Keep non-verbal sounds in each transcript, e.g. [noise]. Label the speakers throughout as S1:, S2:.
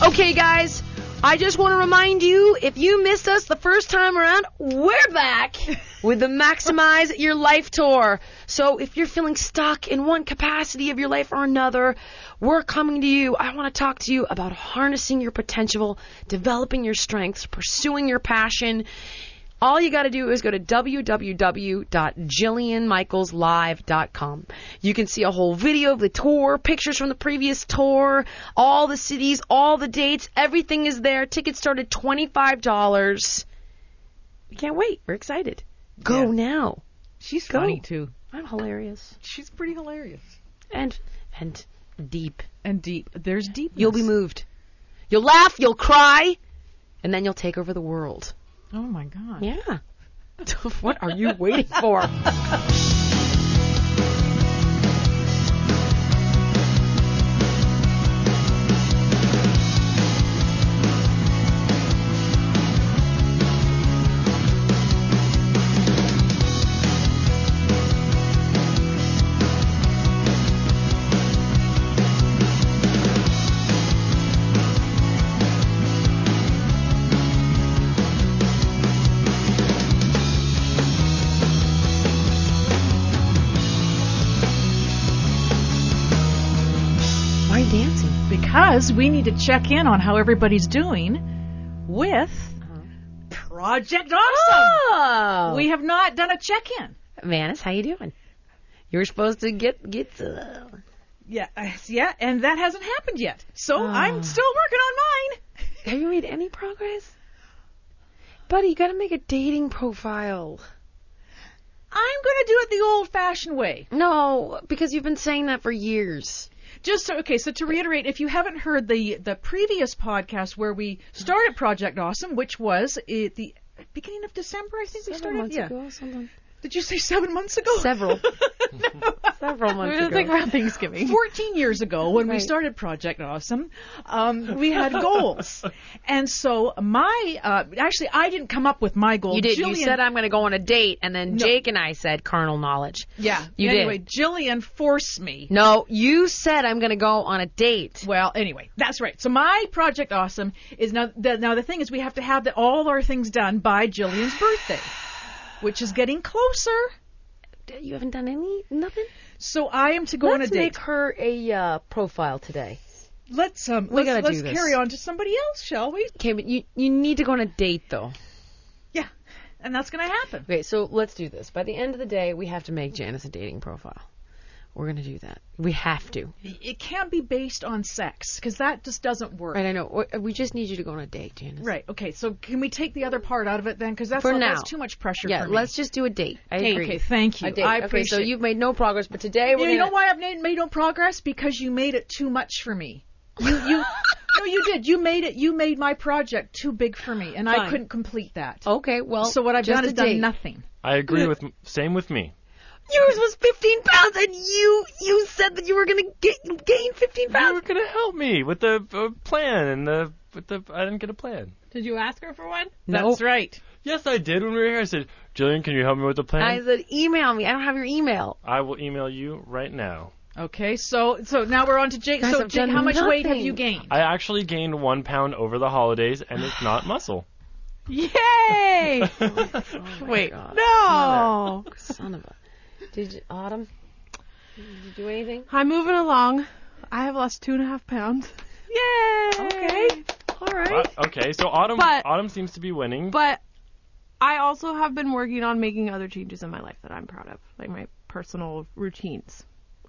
S1: Okay, guys, I just want to remind you if you missed us the first time around, we're back with the Maximize Your Life Tour. So if you're feeling stuck in one capacity of your life or another, we're coming to you. I want to talk to you about harnessing your potential, developing your strengths, pursuing your passion. All you got to do is go to www.jillianmichaelslive.com. You can see a whole video of the tour, pictures from the previous tour, all the cities, all the dates, everything is there. Tickets start at $25. We can't wait. We're excited. Go
S2: Yeah.
S1: now.
S2: She's
S1: Go.
S2: funny too.
S1: I'm hilarious
S2: She's pretty hilarious
S1: and and deep.
S2: and deep. There's deep.
S1: You'll be moved. You'll laugh, you'll cry, and then you'll take over the world.
S2: Oh my god.
S1: Yeah. [laughs] what are you waiting for? Why are you dancing?
S2: Because we need to check in on how everybody's doing with Uh-huh. Project Awesome.
S1: Oh,
S2: We have not done a check-in.
S1: Vanis, how you doing? You were supposed to get get. Uh,
S2: Yeah, uh, yeah, and that hasn't happened yet. So I'm still working on mine.
S1: have you made any progress, buddy? You got to make a dating profile.
S2: I'm gonna do it the old-fashioned way.
S1: No, because you've been saying that for years.
S2: Just so, okay, so to reiterate, if you haven't heard the the previous podcast where we started Project Awesome, which was at the beginning of December, I think we
S1: Several
S2: started.
S1: months
S2: yeah.
S1: ago, something.
S2: Did you say seven months ago?
S1: [laughs]
S2: [laughs]
S1: Several. Several months ago.
S3: around Thanksgiving.
S2: 14
S1: [laughs]
S2: years ago when we
S1: Right.
S2: started Project Awesome, um, we had
S1: [laughs]
S2: goals. And so my, uh, actually, I didn't come up with my goal.
S1: You did.
S2: Jillian,
S1: You said I'm going to go on a date, and then Jake and I said carnal knowledge.
S2: Yeah.
S1: You
S2: anyway,
S1: did.
S2: Jillian forced me.
S1: No, you said I'm going to go on a date.
S2: Well, anyway, that's right. So my Project Awesome is now, the, now the thing is we have to have the, all our things done by Jillian's birthday, which is getting closer.
S1: You haven't done any nothing.
S2: So I am to go on a
S1: Let's
S2: date.
S1: make her a uh, profile today.
S2: let's um, let's,
S1: gotta do
S2: let's
S1: this.
S2: carry on to somebody else, shall we?
S1: Okay, but you you need to go on a date though.
S2: Yeah. And that's going to happen.
S1: Okay, so let's do this. By the end of the day, we have to make Janice a dating profile. We're going to do that. We have to.
S2: it can't be based on sex because that just doesn't work.
S1: Right, I know. We- We just need you to go on a date, Janice.
S2: Right, Okay. So can we take the other part out of it then? Because that's
S1: For
S2: that's
S1: now.
S2: too much pressure.
S1: Yeah,
S2: for me.
S1: let's just do a date. I
S2: Okay,
S1: agree.
S2: okay, thank you.
S1: A date.
S2: I
S1: okay, so
S2: appreciate-
S1: you've made no progress, but today
S2: You
S1: we're
S2: know
S1: gonna...
S2: why I've made, made no progress? Because you made it too much for me. You
S1: [laughs]
S2: you no, you did. You made it. You made my project too big for me, and I
S1: Fine.
S2: couldn't complete that.
S1: Okay, well,
S2: so what I've
S1: just
S2: done
S1: a
S2: is done
S1: date.
S2: nothing.
S4: I agree with same with me.
S1: Yours was 15 pounds, and you you said that you were gonna ga- gain 15
S4: You
S1: pounds.
S4: were gonna help me with the uh, plan and the with the I didn't get a plan.
S3: Did you ask her for one?
S1: No.
S2: That's right.
S4: Yes, I did when we were here. I said, Jillian, can you help me with the
S1: I
S4: plan?
S1: said, email me. I don't have your email.
S4: I, will email you right now.
S2: Okay, so so now we're on to Jake.
S1: Guys,
S2: so
S1: I've
S2: Jake,
S1: done
S2: how much weight have
S1: nothing.
S2: you gained?
S4: I actually gained one pound over the holidays, and it's
S3: [gasps]
S4: not muscle. [laughs]
S3: [laughs]
S2: Yay!
S4: Oh
S3: Wait.
S2: no.
S1: Son of a. Did you, Autumn? Did you do anything?
S3: I'm moving along. I have lost two and a half pounds.
S2: Yay!
S3: Okay.
S1: All right.
S4: Uh, okay, so autumn
S3: But-
S4: autumn seems to be winning.
S3: But I also have been working on making other changes in my life that I'm proud of, like my personal routines.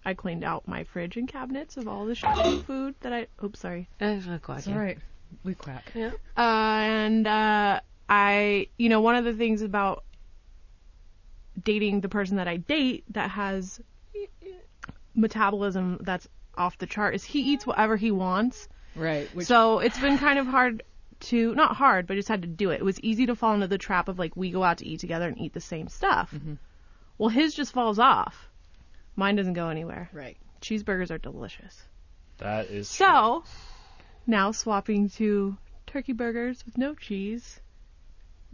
S3: I cleaned out my fridge and cabinets of all the shitty food that I. Oops, sorry.
S1: That's Eh, not quite
S2: All right. We quack.
S3: Uh, and uh, I, you know, one of the things about dating the person that I date that has metabolism that's off the chart is he eats whatever he wants.
S2: Right. Which,
S3: So it's been kind of hard to not hard, but I just had to do it. It was easy to fall into the trap of like we go out to eat together and eat the same stuff. Well, his just falls off. Mine doesn't go anywhere.
S2: right.
S3: Cheeseburgers are delicious.
S4: that is
S3: So now swapping to turkey burgers with no cheese.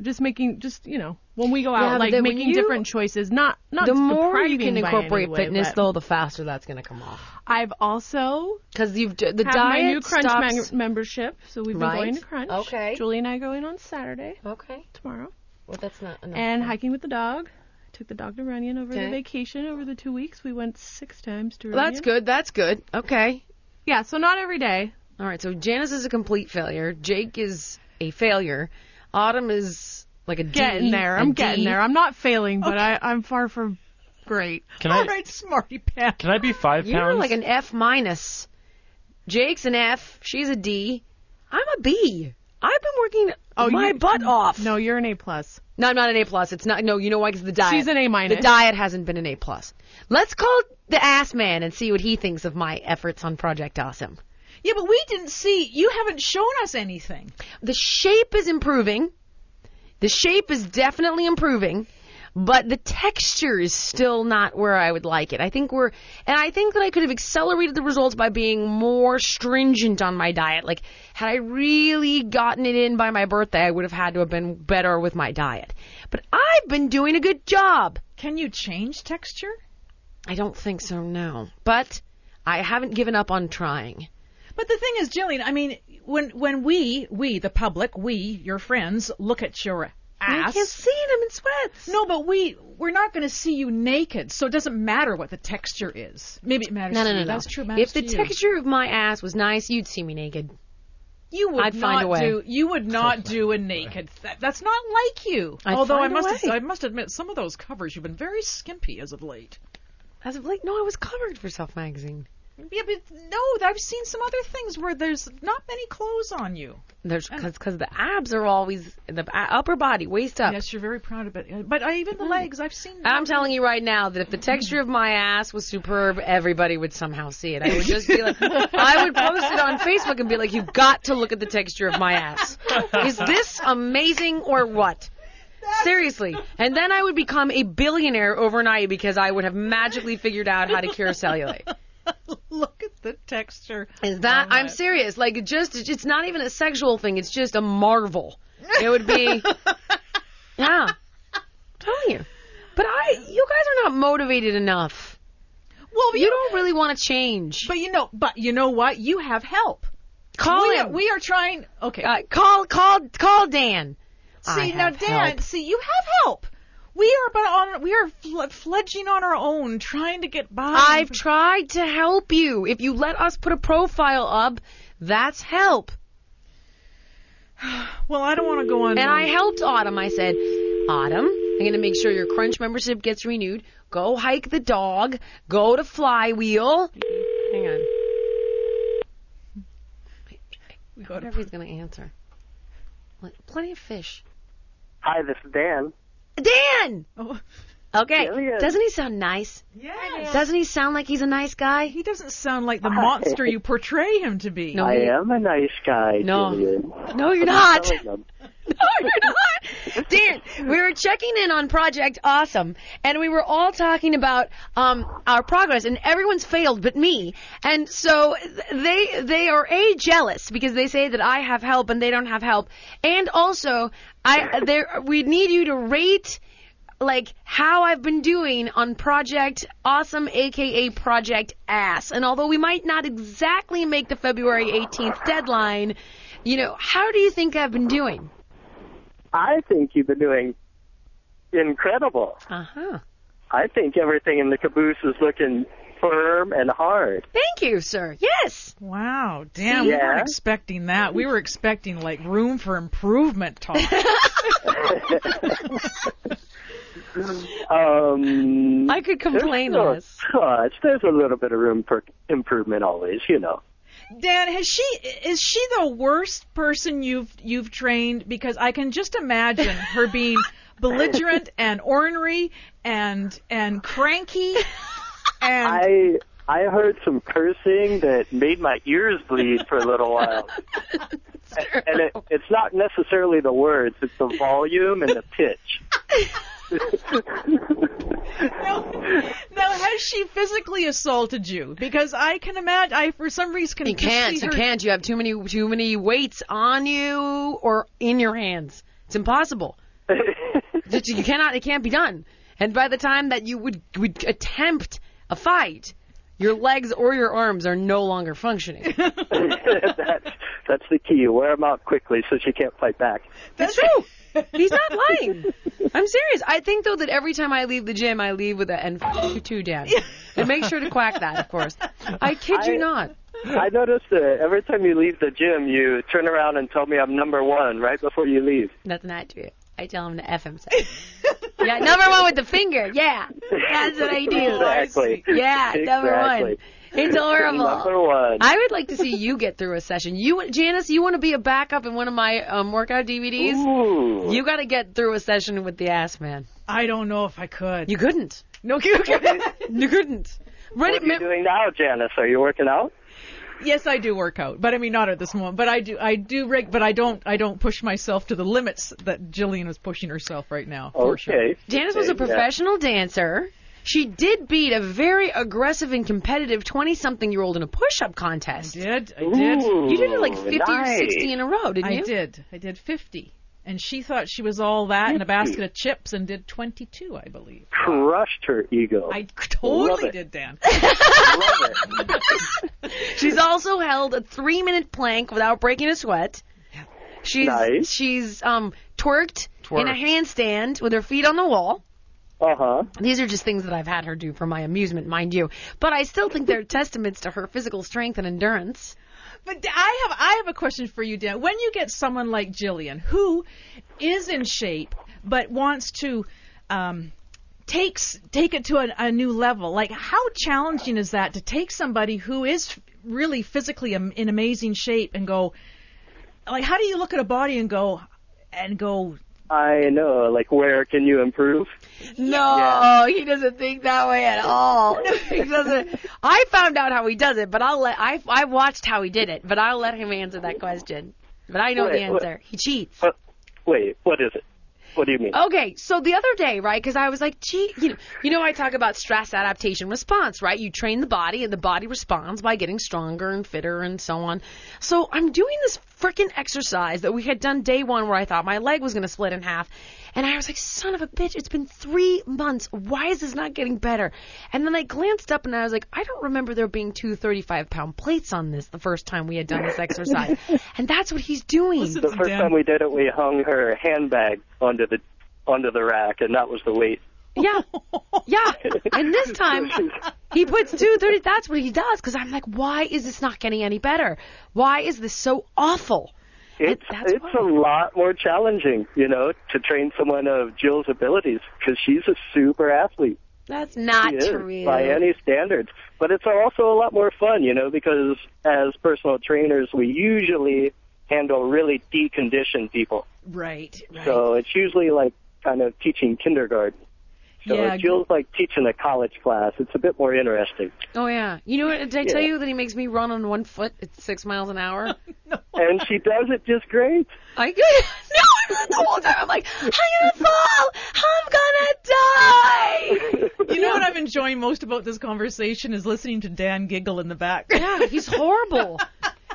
S3: Just making, just you know, when we go out,
S1: Yeah, but
S3: like
S1: then when
S3: making
S1: you-
S3: different choices. Not, not
S1: The
S3: just
S1: more you
S3: depriving
S1: can
S3: by any
S1: incorporate
S3: way,
S1: fitness,
S3: but
S1: though, the faster that's going to come off.
S3: I've also
S1: Because you've d- the
S3: have
S1: diet
S3: my new Crunch
S1: stops-
S3: mag- membership, so we've
S1: Right.
S3: been going to Crunch.
S1: Okay.
S3: Julie and I are going on Saturday
S1: Okay.
S3: tomorrow,
S1: Well, that's not enough.
S3: and hiking with the dog. Took the dog to Runyon over
S1: Okay.
S3: the vacation. Over the two weeks, we went six times to Runyon.
S1: That's good. That's good. Okay.
S3: Yeah, so not every day.
S1: All right. So Janice is a complete failure. Jake is a failure. Autumn is like a D, E,
S3: Getting there.
S1: a
S3: I'm
S1: D.
S3: getting there. I'm not failing, but I, I'm far from great.
S4: Can
S2: All
S4: I
S2: right, smarty pants.
S4: can I be five
S1: You're
S4: pounds?
S1: like an F minus. Jake's an F. She's a D. I'm a B. I've been working my
S3: Oh, you-
S1: butt off.
S3: No, you're an A plus.
S1: no, I'm not an A plus. It's not. No, you know why? Because the diet.
S3: She's an A minus.
S1: The diet hasn't been an A plus. Let's call the ass man and see what he thinks of my efforts on Project Awesome.
S2: Yeah, but we didn't see. You haven't shown us anything.
S1: the shape is improving. The shape is definitely improving, but the texture is still not where I would like it. I think we're, and I think that I could have accelerated the results by being more stringent on my diet. Like, had I really gotten it in by my birthday, I would have had to have been better with my diet. But I've been doing a good job.
S2: Can you change texture?
S1: I don't think so, no. But I haven't given up on trying.
S2: But the thing is, Jillian, I mean, when when we we the public, we your friends look at your
S1: I can't
S2: ass.
S1: see it. I'm in sweats.
S2: No, but we we're not going to see you naked, so it doesn't matter what the texture is. Maybe it matters
S1: No,
S2: to
S1: no, no,
S2: you.
S1: no.
S2: That's true. it matters
S1: If the
S2: to you.
S1: texture of my ass was nice, you'd see me naked.
S2: you would
S1: I'd
S2: not
S1: find a way.
S2: do you would not do a naked. Th- that's not like you.
S1: I'd
S2: Although I
S1: find a
S2: must
S1: way.
S2: I must admit some of those covers you've been very skimpy as of late.
S1: As of late, no, I was covered for Self Magazine.
S2: Yeah, but no, I've seen some other things where there's not many clothes on you.
S1: There's because the abs are always the a- upper body, waist up.
S2: Yes, you're very proud of it. But I,
S1: Mm.
S2: even the legs, I've seen.
S1: I'm telling you right now that if the texture of my ass was superb, everybody would somehow see it. I would just be like, I would post it on Facebook and be like, you've got to look at the texture of my ass. Is this amazing or what? Seriously. And then I would become a billionaire overnight because I would have magically figured out how to cure cellulite.
S2: [laughs] Look at the texture.
S1: Is that I'm serious? Like it just it's not even a sexual thing. It's just a marvel. It would be yeah. I'm telling you. But I you guys are not motivated enough.
S2: Well,
S1: You don't really want to change.
S2: But you know, but you know what? You have help.
S1: call
S2: we,
S1: him.
S2: we are trying. Okay.
S1: uh, call call call Dan. I
S2: see now,
S1: have
S2: Dan.
S1: help.
S2: See, you have help. We are but on. We are fl- fledging on our own, trying to get by.
S1: I've tried to help you. If you let us put a profile up, that's help.
S2: well, I don't want to go on.
S1: And I helped Autumn. I said, Autumn, I'm going to make sure your Crunch membership gets renewed. Go hike the dog. Go to Flywheel. Hang on.
S2: We
S1: I
S2: go
S1: wonder
S2: to-
S1: if he's going to answer. Like, Plenty of fish.
S5: Hi, this is Dan.
S1: Dan!
S2: Oh,
S1: Okay.
S5: There he is.
S1: Doesn't he sound nice?
S2: yes.
S1: Doesn't he sound like he's a nice guy?
S2: He doesn't sound like the monster you portray him to be.
S1: No,
S5: I
S1: he-
S5: am a nice guy.
S1: No.
S5: Julian.
S1: no you're not.
S5: Telling them.
S1: No, you're not. [laughs] Dan, we were checking in on Project Awesome, and we were all talking about um, our progress, and everyone's failed but me. And so th- they they are a jealous because they say that I have help and they don't have help, and also I they we need you to rate like how I've been doing on Project Awesome, aka Project Ass. And although we might not exactly make the February 18th deadline, you know, how do you think I've been doing?
S5: I think you've been doing incredible.
S1: Uh huh.
S5: I think everything in the caboose is looking firm and hard.
S1: Thank you, sir. Yes.
S2: Wow, damn, we weren't
S5: Yeah.
S2: expecting that. We were expecting like room for
S1: [laughs]
S2: improvement talk.
S5: Um,
S1: I could complain
S5: there's
S1: on
S5: a
S1: this.
S5: touch. There's a little bit of room for improvement always, you know.
S2: Dan, has she is she the worst person you've you've trained? Because I can just imagine
S1: [laughs]
S2: her being belligerent and ornery and and cranky and
S5: I I heard some cursing that made my ears bleed for a
S1: [laughs]
S5: little while. and it, it's not necessarily the words, it's the volume and the pitch.
S2: [laughs] now has she physically assaulted you? Because I can imagine I for some reason can
S1: You
S2: just
S1: can't.
S2: see
S1: You
S2: her-
S1: can't. You have too many too many weights on you or in your hands. It's [laughs] impossible. That you cannot. It can't be done. And by the time that you would would attempt a fight, your legs or your arms are no longer functioning.
S5: [laughs] that's, that's the key. You Wear them out quickly so she can't fight back.
S1: [laughs] That's true. He's not [laughs] lying. I'm serious. I think though that every time I leave the gym, I leave with a and f- you too, [laughs] Dad, and make sure to quack that, of course. I kid you
S5: I-
S1: not.
S5: I noticed that every time you leave the gym, you turn around and tell me I'm number one right before you leave.
S1: Nothing I do. I tell him to f himself. yeah, number one with the finger. Yeah, that's what I do.
S5: Exactly.
S1: Yeah, number
S5: Exactly.
S1: one. It's horrible.
S5: Number one.
S1: I would like to see you get through a session. You, Janice, you want to be a backup in one of my um, workout DVDs?
S5: Ooh.
S1: You got to get through a session with the ass man.
S2: I don't know if I could.
S1: You couldn't.
S2: [laughs]
S1: No, you couldn't. you couldn't. Right,
S5: what are you doing now, Janice? Are you working out?
S2: Yes, I do work out, but I mean not at this moment. But I do, I do rig, but I don't, I don't push myself to the limits that Jillian is pushing herself right now. For sure.
S5: Okay.
S1: Janice was a
S5: Okay, yeah.
S1: professional dancer. She did beat a very aggressive and competitive 20 something year old in a push up contest.
S2: Did I did
S1: You did it like 50
S5: nice.
S1: or 60 in a row, didn't
S2: I
S1: you?
S2: did I did fifty, and she thought she was all that in a basket of chips and did twenty two, I believe.
S5: Crushed her ego.
S2: I
S5: Love
S2: totally
S5: it.
S2: did, Dan.
S5: love it.
S1: She's also held a three minute plank without breaking a sweat. She's
S5: Nice.
S1: she's um twerked, in a handstand with her feet on the wall.
S5: Uh huh.
S1: These are just things that I've had her do for my amusement, mind you. But I still think they're testaments to her physical strength and endurance.
S2: But Dan, I have, I have a question for you, Dan. When you get someone like Jillian who is in shape but wants to. Um, takes take it to a, a new level. Like how challenging is that to take somebody who is really physically am, in amazing shape and go like how do you look at a body and go and go
S5: I know. Like, where can you improve?
S1: No, he doesn't think that way at all. [laughs] he doesn't. I found out how he does it, but I'll let I I watched how he did it, but I'll let him answer that question. But I know the
S5: Wait, what-
S1: answer. He cheats.
S5: But wait, what is it? What do you mean?
S2: Oh,
S1: Okay, so the other day, right? Because I was like, gee, you know, you know, I talk about stress adaptation response, right? You train the body, and the body responds by getting stronger and fitter and so on. So I'm doing this freaking exercise that we had done day one, where I thought my leg was going to split in half, and I was like, son of a bitch, it's been three months. Why is this not getting better? And then I glanced up, and I was like, I don't remember there being two 35 pound plates on this the first time we had done [laughs] this exercise, and that's what he's doing.
S5: the first
S2: Dan.
S5: time we did it, we hung her handbag onto the onto the rack, and that was the weight.
S1: Yeah. Yeah. And this time he puts 230. That's what he does because I'm like, why is this not getting any better? Why is this so awful?
S5: It's
S1: that's
S5: it's
S1: why.
S5: a lot more challenging, you know, to train someone of Jill's abilities because she's a super athlete.
S1: That's not
S5: She is,
S1: true.
S5: by any standards. But it's also a lot more fun, you know, because as personal trainers, we usually handle really deconditioned people.
S2: right right
S5: So it's usually like kind of teaching kindergarten. So
S2: Yeah,
S5: it feels like teaching a college class. It's a bit more interesting.
S1: oh, yeah. You know what? Did I tell
S5: Yeah.
S1: you that he makes me run on one foot at six miles an hour?
S5: And she does it just
S1: [laughs]
S5: great.
S1: I No, I'm the whole time. I'm like, I'm going to fall. I'm going to die.
S2: you know what
S1: [laughs]
S2: i'm enjoying most about this conversation is listening to dan giggle in the back
S1: Yeah, he's horrible.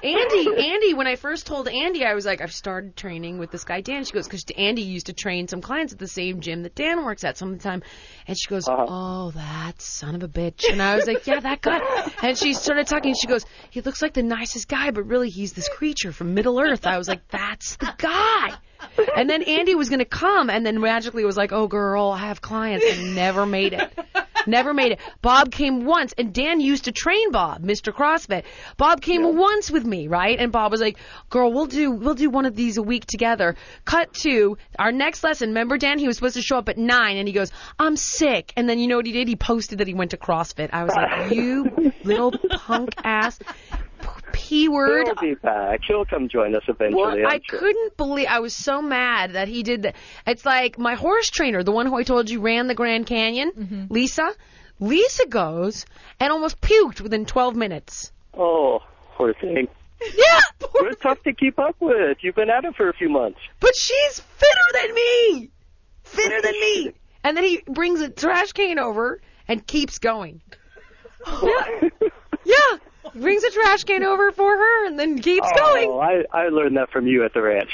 S1: Andy, Andy, when I first told Andy, I was like, I've started training with this guy Dan. She goes, because Andy used to train some clients at the same gym that Dan works at some of the time. And she goes,
S5: Uh-huh.
S1: oh, that son of a bitch. And I was like, yeah, that guy. And she started talking. She goes, he looks like the nicest guy, but really he's this creature from Middle Earth. I was like, that's the guy. And then Andy was going to come, and then magically was like, oh, girl, I have clients, and never made it. Never made it. Bob came once, and Dan used to train Bob, Mr. CrossFit. Bob came once with me, right? And Bob was like, "Girl, we'll do we'll do one of these a week together." Cut to our next lesson. Remember, Dan, he was supposed to show up at nine, and he goes, "I'm sick." And then you know what he did? He posted that he went to CrossFit. I was like, "You little punk ass." P word.
S5: He'll be back. He'll come join us
S1: Well,
S5: eventually. I'm
S1: I
S5: sure.
S1: couldn't believe I was so mad that he did that. It's like my horse trainer, the one who I told you ran the Grand Canyon, Lisa. Lisa goes and almost puked within 12 minutes. [laughs]
S5: Oh, poor thing.
S1: Yeah,
S5: You're tough to keep up with. You've been at it for a few months.
S1: but she's fitter than me. Fitter than me. And then he brings a trash can over and keeps going. Yeah. yeah. He brings a trash can over for her and then keeps
S5: Oh,
S1: going.
S5: I, I learned that from you at the ranch.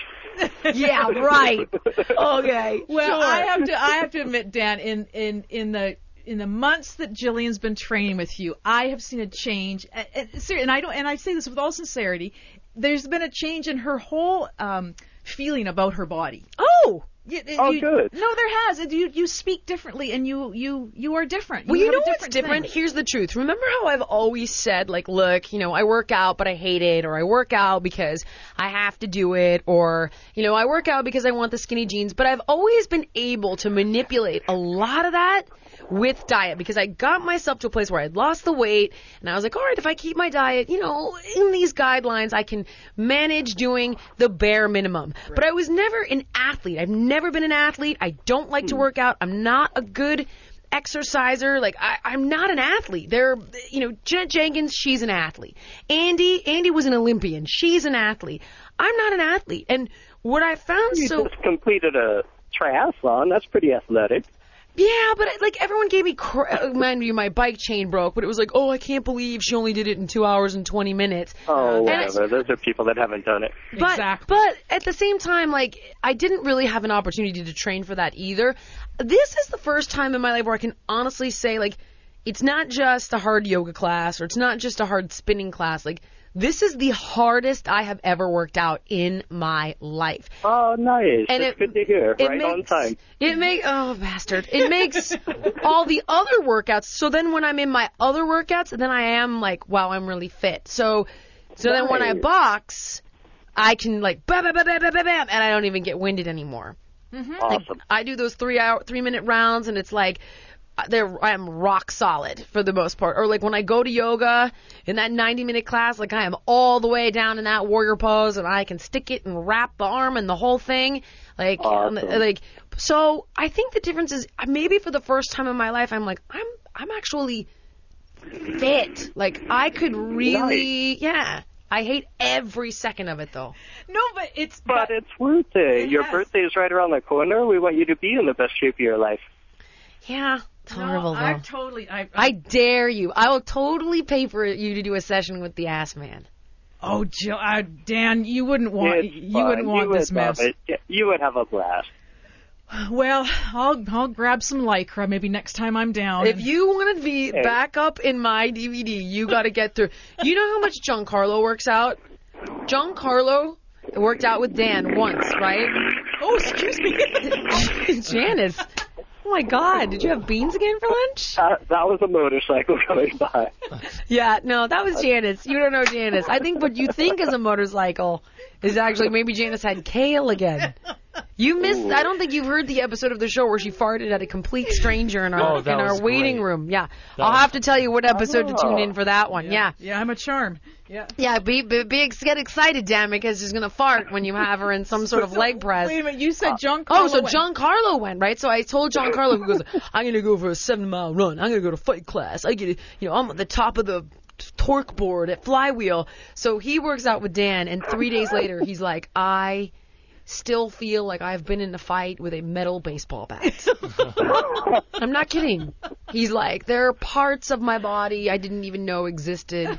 S1: Yeah, right. Okay.
S2: Well, I have to I have to admit, Dan, in in in the in the months that Jillian's been training with you, I have seen a change. And, and ser- and I don't and I say this with all sincerity. There's been a change in her whole um, feeling about her body.
S1: Oh.
S2: You,
S5: Oh,
S2: you-
S5: good.
S2: No, there has. And You you speak differently, and you you you are different.
S1: Well, you
S2: have a
S1: know what's
S2: different
S1: different?
S2: thing.
S1: Here's the truth. Remember how I've always said, like, look, you know, I work out, but I hate it, or I work out because I have to do it, or, you know, I work out because I want the skinny jeans, but I've always been able to manipulate a lot of that with diet because I got myself to a place where I'd lost the weight and I was like, all right, if I keep my diet, you know, in these guidelines, I can manage doing the bare minimum. But I was never an athlete. I've never been an athlete. I don't like to
S2: Hmm.
S1: work out. I'm not a good exerciser. Like I, I'm not an athlete. They're, you know, Janet Jenkins, she's an athlete. Andy, Andy was an Olympian. She's an athlete. I'm not an athlete. And what I found
S5: You
S1: so
S5: just completed a triathlon. That's pretty athletic.
S1: yeah, but I, like everyone gave me cra- uh, mind you, my bike chain broke, but it was like, oh, I can't believe she only did it in two hours and twenty minutes.
S5: Oh,
S1: And it's-
S5: whatever. Those are people that haven't done it.
S1: But,
S2: Exactly.
S1: But at the same time, like I didn't really have an opportunity to train for that either. This is the first time in my life where I can honestly say, like, it's not just a hard yoga class or it's not just a hard spinning class. Like, this is the hardest I have ever worked out in my life.
S5: Oh, nice.
S1: And
S5: That's
S1: it-
S5: good to hear.
S1: it
S5: Right
S1: makes-
S5: on time.
S1: It makes oh bastard. It makes all the other workouts. So then when I'm in my other workouts, then I am like, wow, I'm really fit. So so then when I
S5: Nice.
S1: box, I can like bam bam bam bam bam bam, bam and I don't even get winded anymore.
S5: Awesome.
S1: I do those three hour, three minute rounds, and it's like uh, they're I am rock solid for the most part. Or like when I go to yoga in that 90 minute class, like I am all the way down in that warrior pose, and I can stick it and wrap the arm and the whole thing. Like,
S5: Awesome.
S1: um, like so. I think the difference is uh, maybe for the first time in my life, I'm like I'm I'm actually fit. Like I could really, yeah. I hate every second of it though.
S2: No, but it's
S5: But it's worth it. Your
S2: Yes.
S5: birthday is right around the corner. We want you to be in the best shape of your life.
S1: Yeah, it's
S2: no,
S1: horrible though.
S2: I totally. I,
S1: I dare you. I will totally pay for you to do a session with the ass man.
S2: oh, Jill, I, Dan, you wouldn't want
S5: It's
S2: you
S5: fun.
S2: wouldn't want
S5: you
S2: this
S5: would
S2: mess.
S5: Love it. Yeah, You would have a blast.
S2: Well, I'll I'll grab some lycra maybe next time I'm down.
S1: If you want to be back up in my DVD, you got to get through. You know how much Giancarlo works out? Giancarlo worked out with Dan once, right?
S2: oh, excuse
S1: [laughs]
S2: me.
S1: Janice. Oh my God! Did you have beans again for lunch?
S5: Uh, that was a motorcycle [laughs] coming by.
S1: Yeah, no, that was Janice. You don't know Janice. I think what you think is a motorcycle is actually maybe Janice had kale again. You missed. I don't think you've heard the episode of the show where she farted at a complete stranger in our
S4: Oh,
S1: in
S4: that
S1: our
S4: was
S1: waiting
S4: great.
S1: room. Yeah,
S4: That
S1: I'll
S4: was-
S1: have to tell you what episode to tune
S5: Oh.
S1: in for that one. Yeah,
S2: Yeah, I'm a charm. Yeah.
S1: yeah. be, be, be ex- get excited, damn it, because she's gonna fart when you have her in some sort of leg press.
S2: Wait a minute, you said John Carlo.
S1: Oh, so
S2: went-
S1: John Carlo went, right? So I told John Carlo, who goes, I'm going to go for a seven mile run. I'm going to go to fight class. I get, you know, I'm at the top of the torque board at flywheel. So he works out with Dan, and three days later, he's like, I still feel like I've been in a fight with a metal baseball bat. [laughs] I'm not kidding. He's like, there are parts of my body I didn't even know existed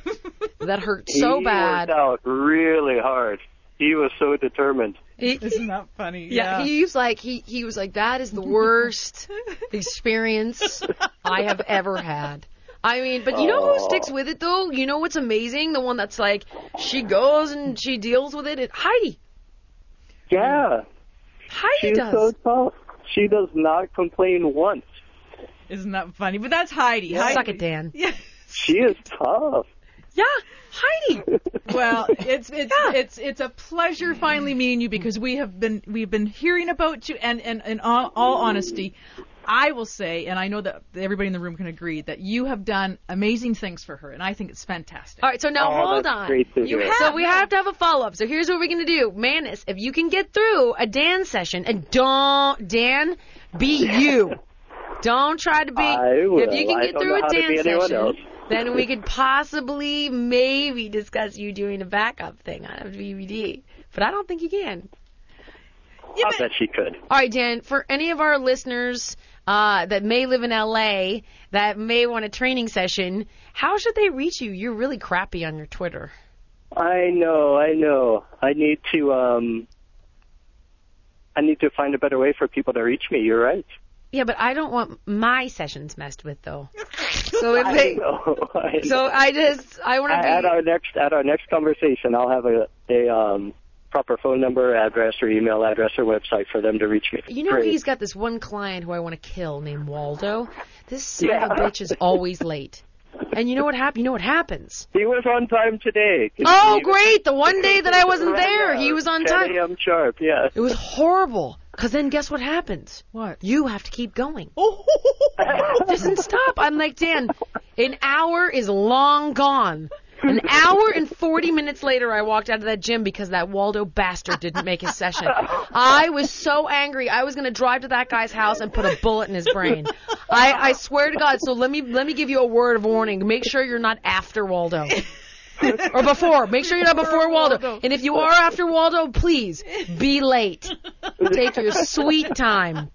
S1: That hurt so
S5: he
S1: bad.
S5: worked out really hard. He was so determined.
S1: He-
S2: Isn't that funny?
S1: yeah, he was like he he was like that is the [laughs] worst experience I have ever had. I mean, but you know who
S5: Aw.
S1: sticks with it though? You know what's amazing? The one that's like she goes and she deals with it. Heidi,
S5: Yeah,
S1: Heidi
S5: she's
S1: does.
S5: so tough. She does not complain once.
S2: Isn't that funny? But that's Heidi. Heidi.
S1: Suck it, Dan.
S2: [laughs] Yeah.
S5: She is tough.
S1: Yeah, Heidi. [laughs]
S2: Well, it's it's it's it's a pleasure finally meeting you because we have been we've been hearing about you and and in all, all honesty, I will say and I know that everybody in the room can agree that you have done amazing things for her and I think it's fantastic.
S1: All right, so now
S5: Oh,
S1: hold
S5: that's
S1: on.
S5: great to
S1: you
S5: hear.
S1: have, so we have to have a follow up. So here's what we're gonna do, Manus. If you can get through a Dan session, and don't Dan be you. Don't try to be.
S5: I will.
S1: If you can
S5: I
S1: get
S5: don't
S1: through
S5: know
S1: a
S5: how to be
S1: Dan
S5: anyone
S1: session,
S5: else.
S1: then we could possibly maybe discuss you doing a backup thing on a DVD. But I don't think you can.
S5: I bet she could.
S1: All right, Dan, for any of our listeners uh, that may live in LA that may want a training session, how should they reach you? You're really crappy on your Twitter.
S5: I know, I know. I need to um I need to find a better way for people to reach me. You're right.
S1: Yeah, but I don't want my sessions messed with though. So if
S5: [laughs] I
S1: they,
S5: know. I know.
S1: so I just I want
S5: at
S1: to
S5: our next at our next conversation, I'll have a a um proper phone number, address, or email address, or website for them to reach me.
S1: be. You know
S5: Great.
S1: he's got this one client who I want to kill named Waldo. This son of a
S5: Yeah.
S1: bitch is always late. And you know what hap- You know what happens?
S5: he was on time today.
S1: Oh,
S5: He was-
S1: great! The one day that I wasn't
S5: Right,
S1: there,
S5: yeah,
S1: he was on
S5: 10
S1: time.
S5: a.m. sharp. Yeah.
S1: It was horrible. Cause then guess what happens?
S2: What?
S1: You have to keep going.
S2: Oh,
S1: It doesn't stop. I'm like Dan. An hour is long gone. An hour and 40 minutes later, I walked out of that gym because that Waldo bastard didn't make his session. I was so angry. I was going to drive to that guy's house and put a bullet in his brain. I, I swear to God. So let me let me give you a word of warning. Make sure you're not after Waldo. or before. Make sure you're not before Waldo. And if you are after Waldo, please be [laughs] late. Take your sweet time.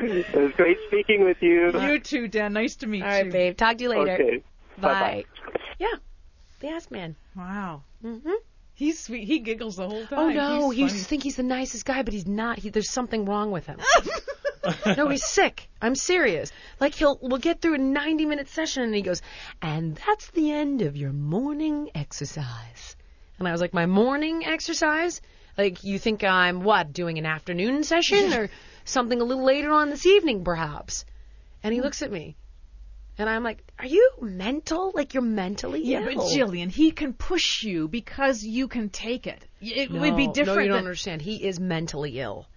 S5: It was great speaking with you.
S2: you too, Dan. Nice to meet
S1: All right,
S2: you.
S1: babe. Talk to you later.
S5: Okay.
S1: Bye.
S5: Bye-bye.
S1: Yeah, the ass man.
S2: Wow.
S1: Mm-hmm.
S2: He's sweet. He giggles the whole time.
S1: Oh no,
S2: He's
S1: you
S2: funny.
S1: think he's the nicest guy, but he's not. He, there's something wrong with
S2: [laughs]
S1: him. no, he's sick. I'm serious. Like he'll we'll get through a 90 minute session, and he goes, and that's the end of your morning exercise. And I was like, my morning exercise? Like you think I'm what doing an afternoon session or something a little later on this evening, perhaps? And he looks at me. And I'm like, are you mental? Like you're mentally
S2: Yeah,
S1: ill.
S2: but Jillian, he can push you because you can take it. It would be
S1: No,
S2: different.
S1: No, you don't
S2: than-
S1: understand. He is mentally
S2: [laughs]
S1: ill.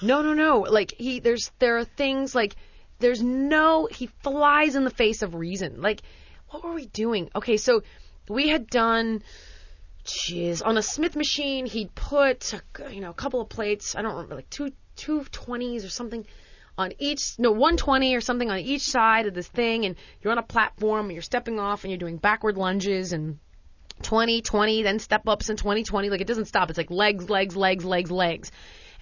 S1: no, no, no. Like he, there's there are things like there's no. He flies in the face of reason. Like what were we doing? Okay, so we had done. Jeez, on a Smith machine, he'd put you know a couple of plates. I don't remember, like two two twenties or something on each no 120 or something on each side of this thing and you're on a platform and you're stepping off and you're doing backward lunges and 20, 20, then step ups and 20, 20. Like it doesn't stop. It's like legs, legs, legs, legs, legs.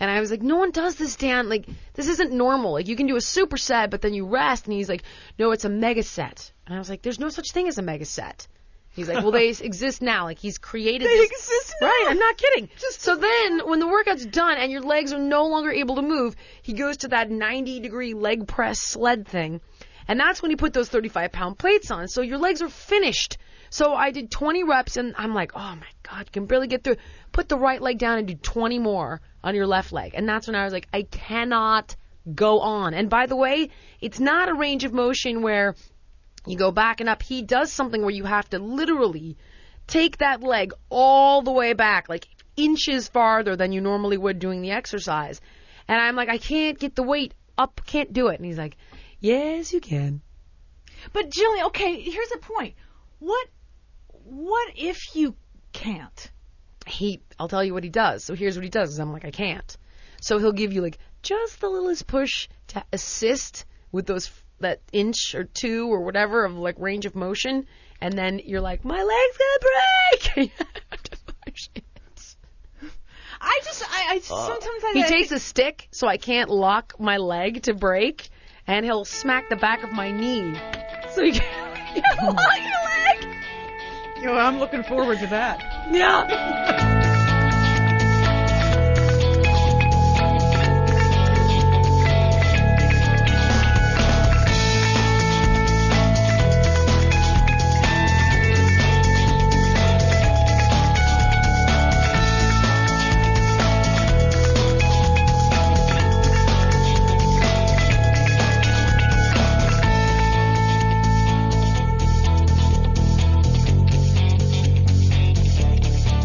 S1: And I was like, no one does this, Dan. Like this isn't normal. Like you can do a superset, but then you rest. And he's like, no, it's a mega set. And I was like, there's no such thing as a mega set. He's like, well,
S2: [laughs]
S1: they exist now. Like he's created.
S2: They
S1: this-
S2: exist now.
S1: Right. I'm not
S2: [laughs]
S1: kidding. so then, when the workout's done and your legs are no longer able to move, he goes to that 90 degree leg press sled thing. And that's when he put those 35 pound plates on. So your legs are finished. So I did 20 reps and I'm like, oh my God, can barely get through. Put the right leg down and do 20 more on your left leg. And that's when I was like, I cannot go on. And by the way, it's not a range of motion where you go back and up. He does something where you have to literally take that leg all the way back, like inches farther than you normally would doing the exercise. And I'm like, I can't get the weight up, can't do it. And he's like, Yes, you can.
S2: But Jillian, okay, here's a point. What what if you can't?
S1: He, I'll tell you what he does. So here's what he does. Is I'm like, I can't. So he'll give you like just the littlest push to assist with those that inch or two or whatever of like range of motion, and then you're like, my leg's gonna break. [laughs] You have to push it.
S2: I just I, I sometimes I
S1: He takes a stick so I can't lock my leg to break, and he'll smack the back of my knee so you can't lock your leg.
S2: You know, I'm looking forward to that.
S1: Yeah.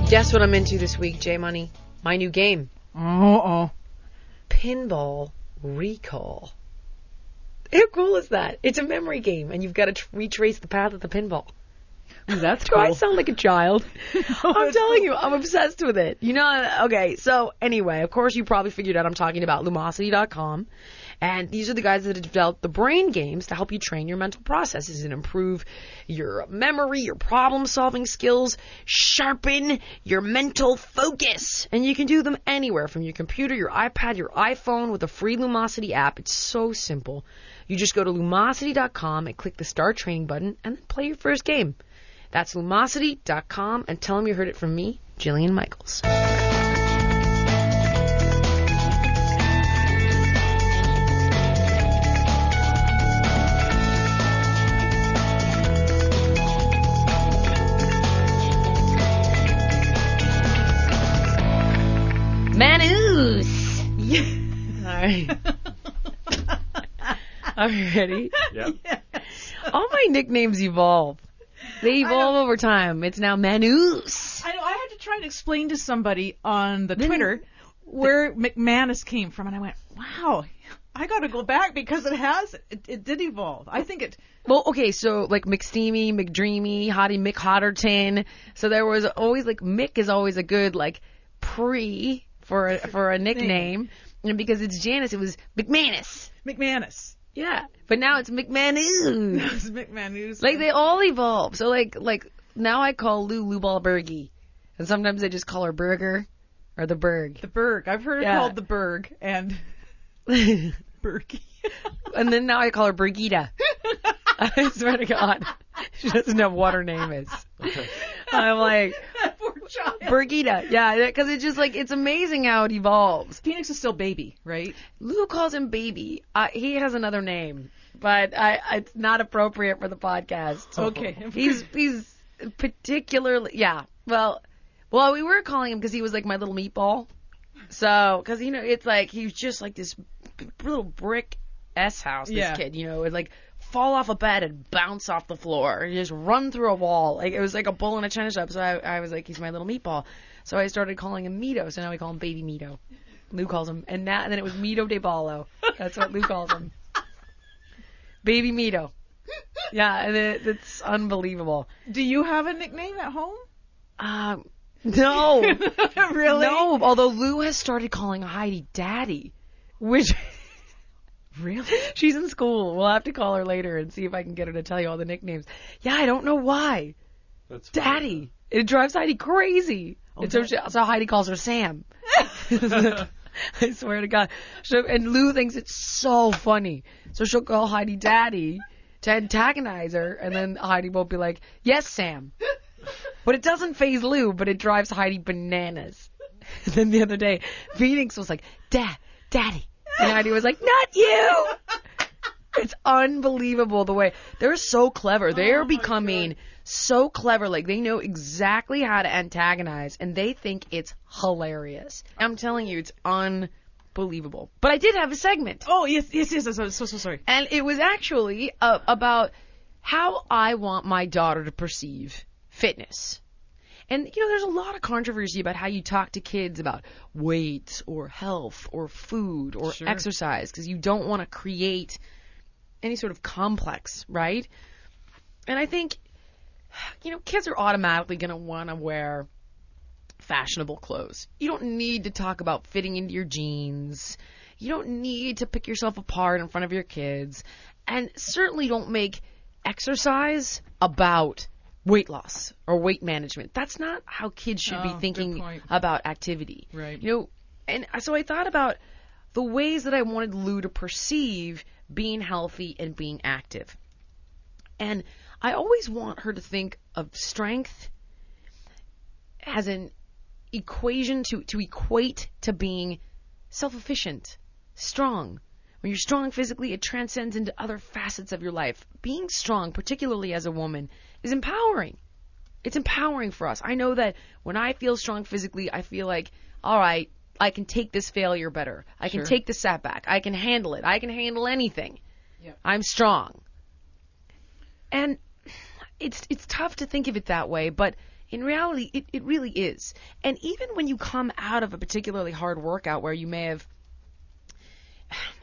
S1: Guess what I'm into this week, J Money? My new game,
S2: Uh oh.
S1: Pinball Recall. How cool is that? It's a memory game, and you've got to tr- retrace the path of the pinball.
S2: That's
S1: Do I
S2: cool.
S1: sound like a child? I'm
S2: it's
S1: telling you, I'm obsessed with it. You know, okay, so anyway, of course, you probably figured out I'm talking about Lumosity.com. And these are the guys that have developed the brain games to help you train your mental processes and improve your memory, your problem solving skills, sharpen your mental focus. And you can do them anywhere from your computer, your iPad, your iPhone with a free Lumosity app. It's so simple. You just go to lumosity.com and click the start training button and then play your first game. That's lumosity.com and tell them you heard it from me, Jillian Michaels. Manus! Alright. Are you ready?
S4: Yeah.
S1: All my nicknames evolve. They evolve over time. It's now Manus.
S2: I know. I had to try and explain to somebody on the Twitter where McManus came from, and I went, "Wow, I got to go back because it has it, it did evolve. I think it.
S1: Well, okay, so like McSteamy, McDreamy, Hottie Mick Hotterton. So there was always like Mick is always a good like pre for a, for a nickname, and because it's Janice, it was McManus.
S2: McManus. [laughs]
S1: Yeah, but now it's McManus.
S2: It's McManus.
S1: like they all evolve. So like like now I call Lou Lou Ball Bergie, and sometimes I just call her Burger or the Berg. [laughs]
S2: the Berg. I've heard it
S1: Yeah.
S2: called the Berg and [laughs]
S1: and
S2: Berkey.
S1: then now I call her Brigida. [laughs] I swear to God, [laughs] she doesn't know what her name is. I'm like.
S2: [laughs] Poor child.
S1: Brigida. Yeah, because it's just like it's amazing how it evolves.
S2: Phoenix is still baby, right?
S1: Lou calls him baby. Uh, he has another name, but I, it's not appropriate for the podcast.
S2: Okay.
S1: he's he's particularly yeah. Well, well, we were calling him because he was like my little meatball. So, because you know, it's like he's just like this b- little brick s house. This
S2: Yeah.
S1: kid, you know, would like fall off a bed and bounce off the floor, and just run through a wall. Like it was like a bull in a china shop. So I, I was like, he's my little meatball. So I started calling him Mito. So now we call him Baby Mito. Lou calls him, and that, and then it was Mito de Ballo. That's what Lou calls him. Baby Mito. Yeah, and it, it's unbelievable.
S2: Do you have a nickname at home?
S1: Um, no.
S2: really? [laughs]
S1: No, although Lou has started calling Heidi Daddy, which [laughs]
S2: Really?
S1: she's in school. We'll have to call her later and see if I can get her to tell you all the nicknames. Yeah, I don't know why.
S4: That's funny.
S1: Daddy. It drives Heidi crazy. and so, she, so Heidi calls her Sam. [laughs] I swear to God. So, and Lou thinks it's so funny. So she'll call Heidi Daddy to antagonize her, and then Heidi will be like, Yes, Sam. But it doesn't phase Lou, but it drives Heidi bananas. [laughs] And then the other day, Phoenix was like, Dad, Daddy. And Heidi was like, Not you! It's unbelievable the way they're so
S2: Oh
S1: clever. They're becoming so clever. Like they know exactly how to antagonize and they think it's hilarious. I'm telling you, it's unbelievable. But I did have a segment
S2: Oh yes, yes, yes. I'm so so sorry.
S1: and it was actually uh, about how I want my daughter to perceive fitness. And you know, there's a lot of controversy about how you talk to kids about weight or health or food or exercise because you don't want to create any sort of complex, right? And I think, you know, kids are automatically going to want to wear fashionable clothes. You don't need to talk about fitting into your jeans. You don't need to pick yourself apart in front of your kids. And certainly don't make exercise about weight loss or weight management. That's not how kids should
S2: Oh,
S1: be
S2: good
S1: thinking
S2: point.
S1: about activity.
S2: Right.
S1: You know, and so I thought about the ways that I wanted Lou to perceive being healthy and being active. And
S6: I always want her to think of strength as an equation to, to equate to being self efficient, strong. When you're strong physically, it transcends into other facets of your life. Being strong, particularly as a woman, is empowering. It's empowering for us. I know that when I feel strong physically, I feel like, all right, I can take this failure better. I can take the setback. I can handle it. I can handle anything. I'm strong. And it's it's tough to think of it that way, but in reality, it, it really is. And even when you come out of a particularly hard workout where you may have,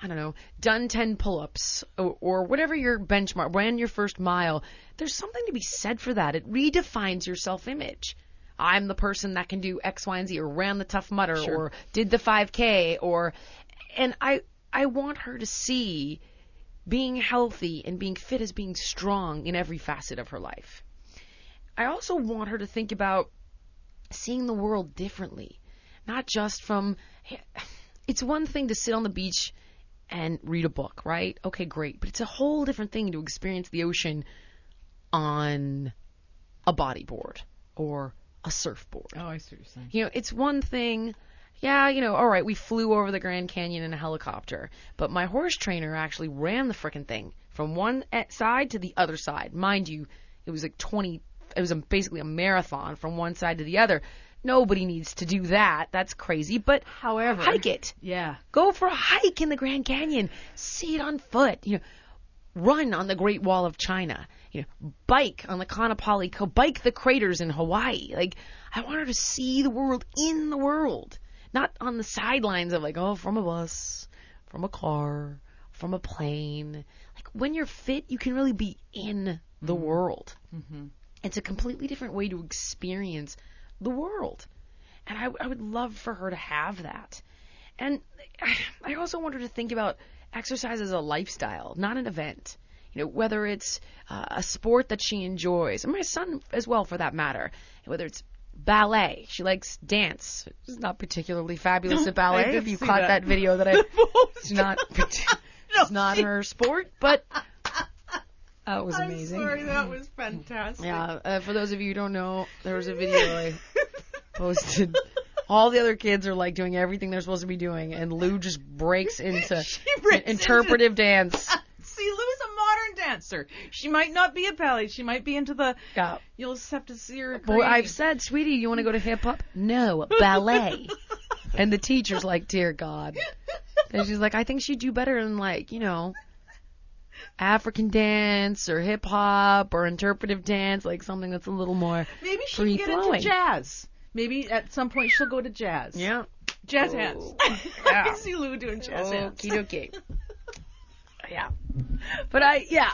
S6: I don't know, done 10 pull ups or, or whatever your benchmark, ran your first mile, there's something to be said for that. It redefines your self image. I'm the person that can do X, Y, and Z, or ran the tough mutter, or did the 5K, or. And I, I want her to see being healthy and being fit as being strong in every facet of her life. I also want her to think about seeing the world differently, not just from. It's one thing to sit on the beach and read a book, right? Okay, great. But it's a whole different thing to experience the ocean on a bodyboard or a surfboard.
S1: Oh, I see what you're saying.
S6: You know, it's one thing. Yeah, you know, all right, we flew over the Grand Canyon in a helicopter, but my horse trainer actually ran the frickin' thing from one e- side to the other side. Mind you, it was like 20, it was a, basically a marathon from one side to the other. Nobody needs to do that. That's crazy, but
S1: However,
S6: hike it.
S1: yeah,
S6: Go for a hike in the Grand Canyon. See it on foot. You know, run on the Great Wall of China. You know, bike on the Kanapali Ko, bike the craters in Hawaii. Like, I want her to see the world in the world, not on the sidelines of like, oh, from a bus, from a car, from a plane. Like, when you're fit, you can really be in the world. It's a completely different way to experience the world. And I, I would love for her to have that. And I, I also want her to think
S2: [laughs]
S6: about exercise as a lifestyle, not an event. You know, whether it's uh, a sport that she enjoys, and my son as well for that matter, whether it's ballet, she likes dance. She's not particularly fabulous at ballet.
S1: did
S6: if you
S1: see
S6: caught
S1: that.
S6: that, video that I, it's not, it's not her sport, but [laughs] that was amazing.
S1: Sorry, that was fantastic.
S6: Yeah, uh, for those of you who don't know, there was a video I posted. All the other kids are like doing everything they're supposed to be doing, and Lou just [laughs] breaks into
S1: breaks
S6: [laughs]
S1: into-
S6: interpretive dance.
S1: [laughs] See, Lou is a modern dancer. She might not be a ballet. She might be into the.
S6: Yeah.
S1: You'll just have to see her.
S6: Boy,
S1: [laughs] creating.
S6: I've said, sweetie, you want to go to hip hop? No, [laughs] ballet. and the teacher's like, dear God. And she's like, I think she'd do better in like, you know, African dance or hip hop or interpretive dance, like something that's a little more.
S1: Maybe she can get into
S6: free-flowing.
S1: jazz. Maybe at some point she'll go to jazz.
S6: Yeah. Oh.
S1: Jazz hands. [laughs] I can see Lou doing jazz hands.
S6: Okie dokie. yeah. But I yeah.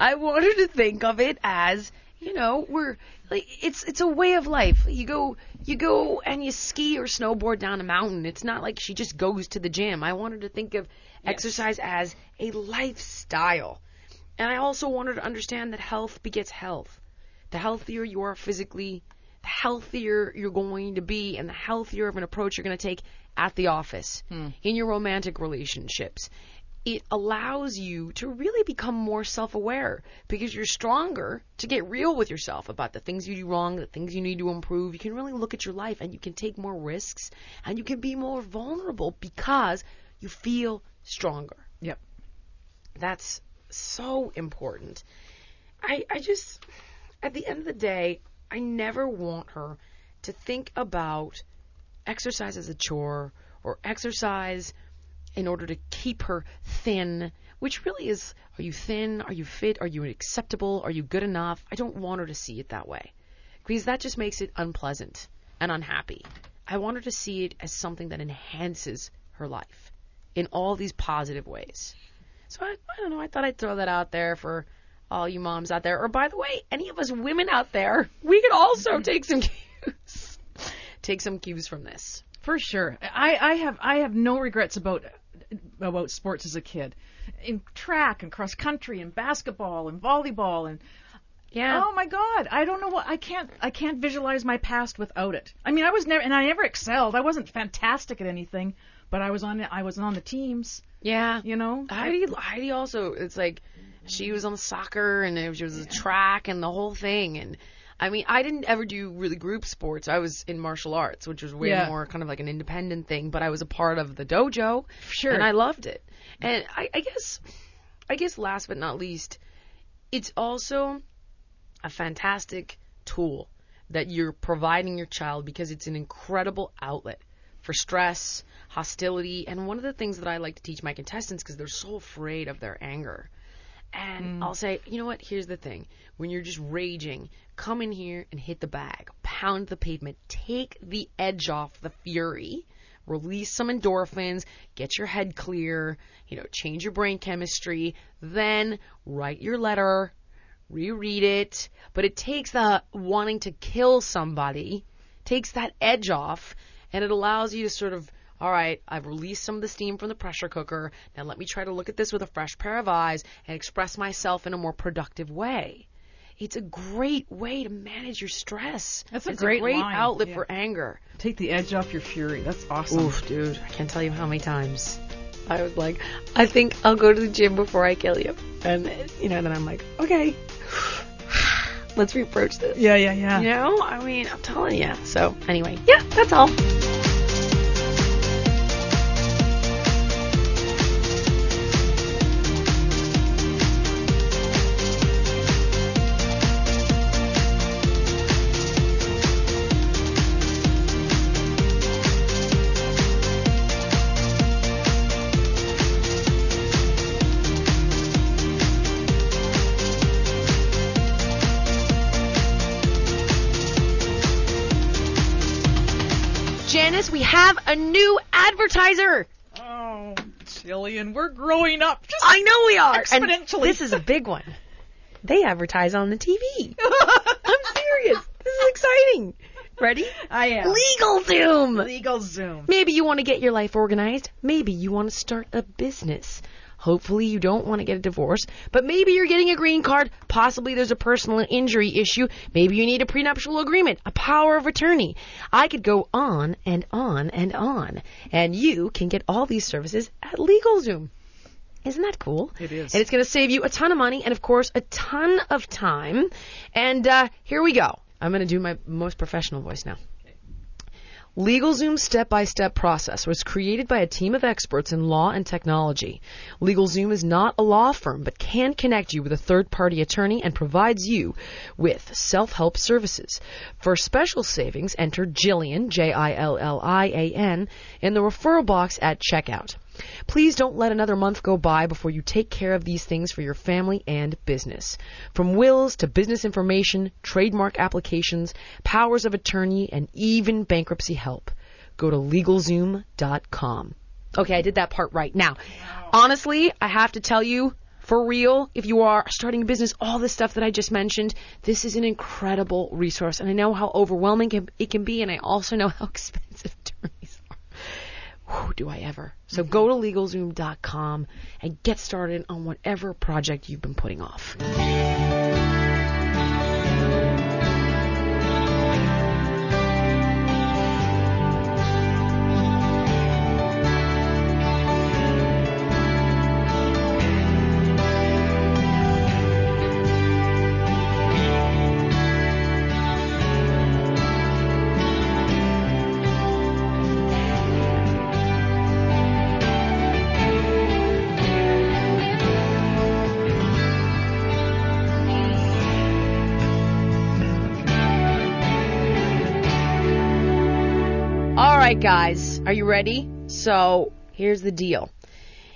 S6: I wanted to think of it as you know, we're like it's it's a way of life. You go you go and you ski or snowboard down a mountain. It's not like she just goes to the gym. I wanted to think of exercise as a lifestyle. And I also wanted to understand that health begets health. The healthier you are physically, the healthier you're going to be, and the healthier of an approach you're going to take at the office, in your romantic relationships. It allows you to really become more self aware because you're stronger to get real with yourself about the things you do wrong, the things you need to improve. You can really look at your life and you can take more risks and you can be more vulnerable because you feel stronger.
S1: Yep.
S6: That's so important. I I just at the end of the day, I never want her to think about exercise as a chore or exercise in order to keep her thin, which really is are you thin? Are you fit? Are you acceptable? Are you good enough? I don't want her to see it that way because that just makes it unpleasant and unhappy. I want her to see it as something that enhances her life in all these positive ways. So I, I don't know. I thought I'd throw that out there for all you moms out there. Or by the way, any of us women out there, [laughs] we could also take some [laughs] cues. take some cues from this.
S1: For sure.
S2: I, I have I have no regrets about about sports as a kid, in track and cross country and basketball and volleyball and
S6: Yeah.
S2: oh my god I don't know what I can't I can't visualize my past without it. I mean I was never and I never excelled. I wasn't fantastic at anything, but I was on I was on the teams.
S6: yeah.
S2: You know.
S6: Heidi, Heidi also, it's like, She was on the soccer and it was- she was a track and the whole thing. And I mean, I didn't ever do really group sports. I was in martial arts, which was way
S1: Yeah.
S6: more kind of like an independent thing. But I was a part of the dojo,
S1: Sure.
S6: and I loved it. And I, I guess, I guess, last but not least, it's also a fantastic tool that you're providing your child because it's an incredible outlet for stress, hostility, and one of the things that I like to teach my contestants because they're so afraid of their anger. And I'll say, you know what? Here's the thing. When you're just raging, come in here and hit the bag, pound the pavement, take the edge off the fury, release some endorphins, get your head clear, you know, change your brain chemistry, then write your letter, reread it, but it takes the wanting to kill somebody, takes that edge off, and it allows you to sort of, all right, I've released some of the steam from the pressure cooker. Now let me try to look at this with a fresh pair of eyes and express myself in a more productive way. It's a great way to manage your stress.
S2: That's a
S6: it's
S2: great
S6: a great
S2: line,
S6: outlet
S2: yeah.
S6: for anger.
S2: Take the edge off your fury. That's awesome.
S6: Oof, dude, I can't tell you how many times I was like, I think I'll go to the gym before I kill you. And, you know, then I'm like, okay, [sighs] let's reapproach this.
S2: Yeah, yeah, yeah.
S6: You know, I mean, I'm telling you. So, anyway, yeah, that's all. Janice, we have a new advertiser.
S2: Oh, Jillian, we're growing up. Just
S6: I know we are. And
S2: Exponentially.
S6: this is a big one. They advertise on the
S2: [laughs]
S6: TV. I'm serious. This is exciting. Ready?
S2: I am.
S6: Legal Zoom.
S2: Legal Zoom.
S6: Maybe you want to get your life organized. Maybe you want to start a business. Hopefully, you don't want to get a divorce, but maybe you're getting a green card. Possibly there's a personal injury issue. Maybe you need a prenuptial agreement, a power of attorney. I could go on and on and on. And you can get all these services at LegalZoom. Isn't that cool? It
S2: is.
S6: And it's going to save you a ton of money and, of course, a ton of time. And uh, here we go. I'm going to do my most professional voice now. LegalZoom's step-by-step process was created by a team of experts in law and technology. LegalZoom is not a law firm, but can connect you with a third-party attorney and provides you with self-help services. For special savings, enter Jillian, J-I-L-L-I-A-N, in the referral box at checkout. Please don't let another month go by before you take care of these things for your family and business. From wills to business information, trademark applications, powers of attorney, and even bankruptcy help. Go to LegalZoom.com. Okay, I did that part right. Now, honestly, I have to tell you, for real, if you are starting a business, all the stuff that I just mentioned, this is an incredible resource. And I know how overwhelming can- it can be, and I also know how [laughs] expensive attorneys are whew, do I ever. So go to LegalZoom.com and get started on whatever project you've been putting off. All right, guys, are you ready? So here's the deal.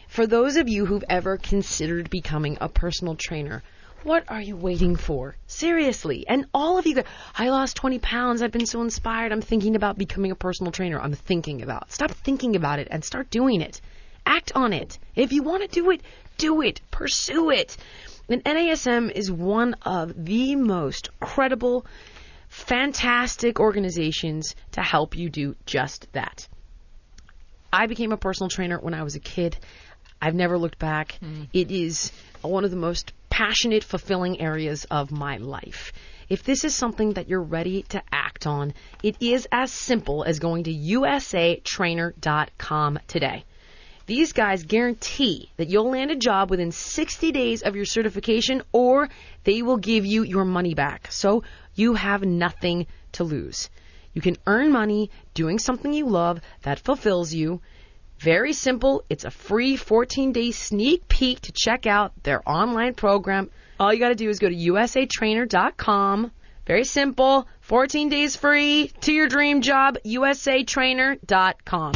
S6: For those of you who've ever considered becoming a personal trainer, what are you waiting for? Seriously. And all of you, go- I lost 20 pounds. I've been so inspired. I'm thinking about becoming a personal trainer. I'm thinking about. Stop thinking about it and start doing it. Act on it. If you want to do it, do it. Pursue it. And NASM is one of the most credible fantastic organizations to help you do just that. I became a personal trainer when I was a kid. I've never looked back. It is one of the most passionate, fulfilling areas of my life. If this is something that you're ready to act on, it is as simple as going to usatrainer.com today.
S1: These guys guarantee that you'll land a job within 60 days of your certification or they will give you your money back. So you have nothing to lose. You can earn money doing something you love that fulfills you. Very simple. It's a free 14 day sneak peek to check out their online program. All you got to do is go to usatrainer.com. Very simple. 14 days free to your dream job. usatrainer.com.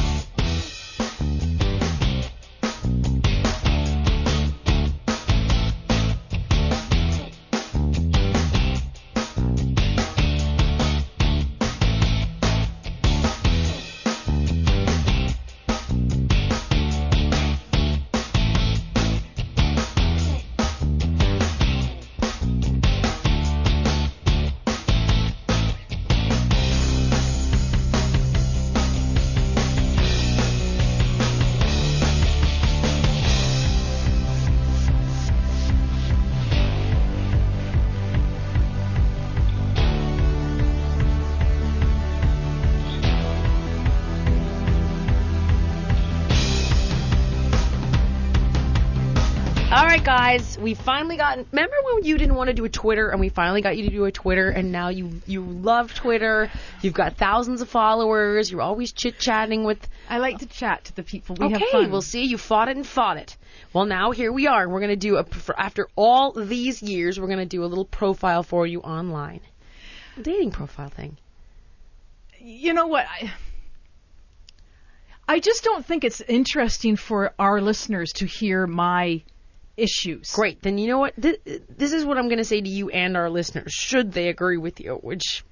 S1: All right, guys, we finally got. Remember when you didn't want to do a Twitter, and we finally got you to do a Twitter, and now you you love Twitter. You've got thousands of followers. You're always chit chatting with.
S2: I like to chat to the people. We
S1: okay,
S2: have fun.
S1: we'll see. You fought it and fought it. Well, now here we are, and we're gonna do a for, after all these years, we're gonna do a little profile for you online, dating profile thing.
S2: you know what I, I just don't think it's interesting for our listeners to hear my issues
S1: Great. Then you know what? Th- This is what I'm going to say to you and our listeners, should they agree with you, which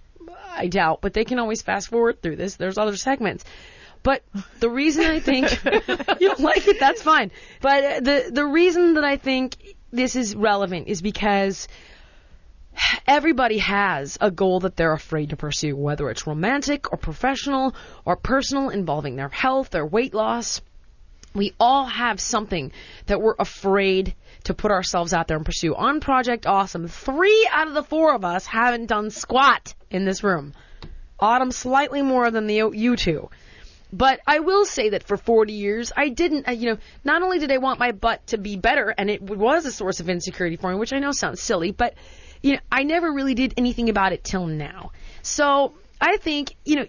S1: I doubt, but they can always fast forward through this. There's other segments. But the reason I think [laughs] you don't like it, that's fine. But uh, the the reason that I think this is relevant is because everybody has a goal that they're afraid to pursue, whether it's romantic or professional or personal involving their health, their weight loss we all have something that we're afraid to put ourselves out there and pursue. On Project Awesome, three out of the four of us haven't done squat in this room. Autumn slightly more than the you two. But I will say that for 40 years, I didn't, uh, you know, not only did I want my butt to be better, and it was a source of insecurity for me, which I know sounds silly, but, you know, I never really did anything about it till now. So I think, you know,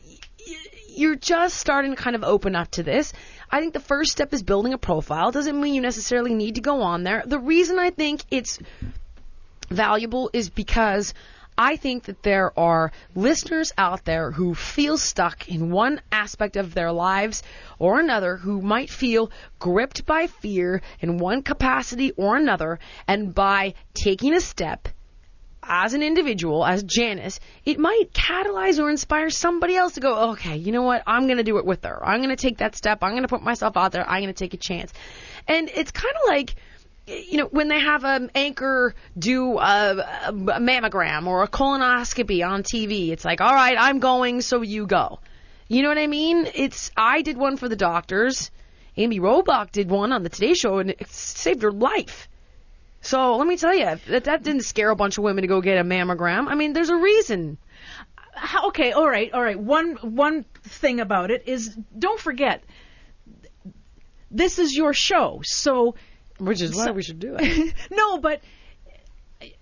S1: you're just starting to kind of open up to this. I think the first step is building a profile. Doesn't mean you necessarily need to go on there. The reason I think it's valuable is because I think that there are listeners out there who feel stuck in one aspect of their lives or another, who might feel gripped by fear in one capacity or another, and by taking a step as an individual, as Janice, it might catalyze or inspire somebody else to go, okay, you know what? I'm going to do it with her. I'm going to take that step. I'm going to put myself out there. I'm going to take a chance. And it's kind of like, you know, when they have an anchor do a, a mammogram or a colonoscopy on TV, it's like, all right, I'm going, so you go. You know what I mean? It's I did one for the doctors. Amy Robach did one on the Today Show, and it saved her life. So let me tell you, that, that didn't scare a bunch of women to go get a mammogram. I mean, there's a reason.
S2: How- okay all right all right one one thing about it is don't forget this is your show so
S1: Which is why we should [laughs] do it.
S2: no, but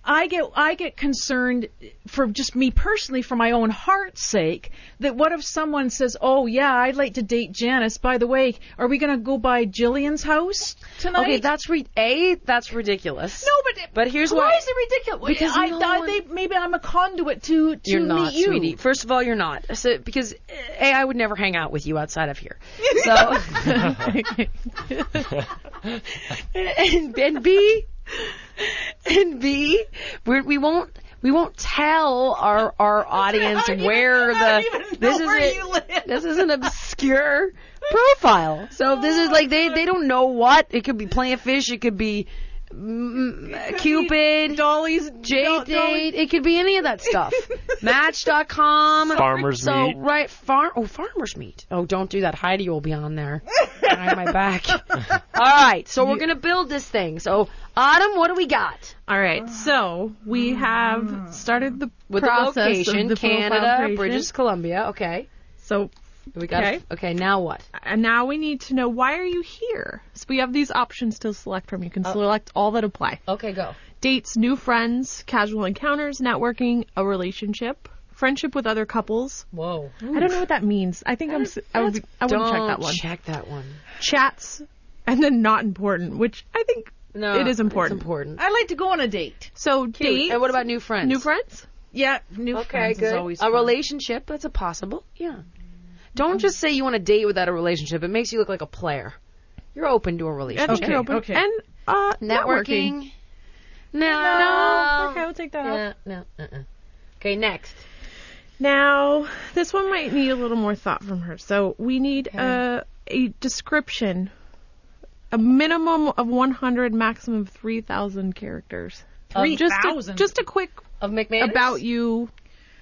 S2: I get I get concerned for just me personally, for my own heart's sake, that what if someone says, "Oh yeah, I'd like to date Janice." By the way, are we gonna go by Jillian's house tonight?
S1: okay, that's re- a that's ridiculous.
S2: no, but
S1: But here's
S2: why
S1: why-
S2: is it ridiculous?
S1: Because
S2: I,
S1: no
S2: I-
S1: one-
S2: they, maybe I'm a conduit to to
S1: you're
S2: meet
S1: not,
S2: you.
S1: sweetie. First of all, you're not. So, because eh, a I would never hang out with you outside of
S2: [laughs]
S1: here. So and, and B and B we we won't we won't tell our
S2: [laughs]
S1: our audience
S2: don't even-
S1: where
S2: I don't
S1: the
S2: even
S1: this
S2: know
S1: is
S2: [laughs] where
S1: it-
S2: you live.
S1: this is an obscure profile. So this is like they they don't know what it could be. Playing fish. It could be. Mm, Cupid, Dolly's Jade date. It could be any of that [laughs] stuff. Match.com.
S4: Farmer's
S1: so,
S4: meat.
S1: right, farm. Oh, farmers meat. Oh, don't do that. Heidi will be on there. Behind my back. All right, so we're gonna build this thing. So, Autumn, what do we got?
S3: All right,
S2: Ah.
S3: so we have started the
S1: With
S3: process
S1: the location,
S3: of the profile
S1: Canada,
S3: creation.
S1: British Columbia. Okay.
S3: So
S1: We got
S3: Okay.
S1: okay. Now what?
S3: And now we need to know why are you here? So we have these options to select from. You
S1: Oh.
S3: can select all that apply.
S1: Okay, go.
S3: dates, new friends, casual encounters, networking, a relationship, friendship with other couples.
S1: Whoa.
S3: I don't know what that means. I think I'm. s- I would. Be, I wouldn't check that one.
S1: Check that one.
S3: Chats, and then not important, which I think
S1: No,
S3: it is important.
S1: It's important.
S2: I'd like to go on a date.
S3: So dates.
S1: And what about new friends?
S3: new friends?
S2: Yeah, new
S1: Okay,
S2: friends is
S1: good.
S2: always
S1: a
S2: fun.
S1: relationship. That's a possible. Yeah. Don't just say you want a date without a relationship. It makes you look like a player. You're open to a
S3: I
S1: relationship.
S3: think you're open.
S2: okay.
S3: And uh, networking.
S1: Networking. No.
S3: No. Okay, I'll take that off.
S1: Yeah, no. Uh-uh. Okay, next.
S3: Now, this one might need a little more thought from her. So we need a, a description, a minimum of 100, maximum of 3,000 characters. Three Just a,
S2: 3,000?
S3: just a quick
S1: Of McMahon.
S3: about you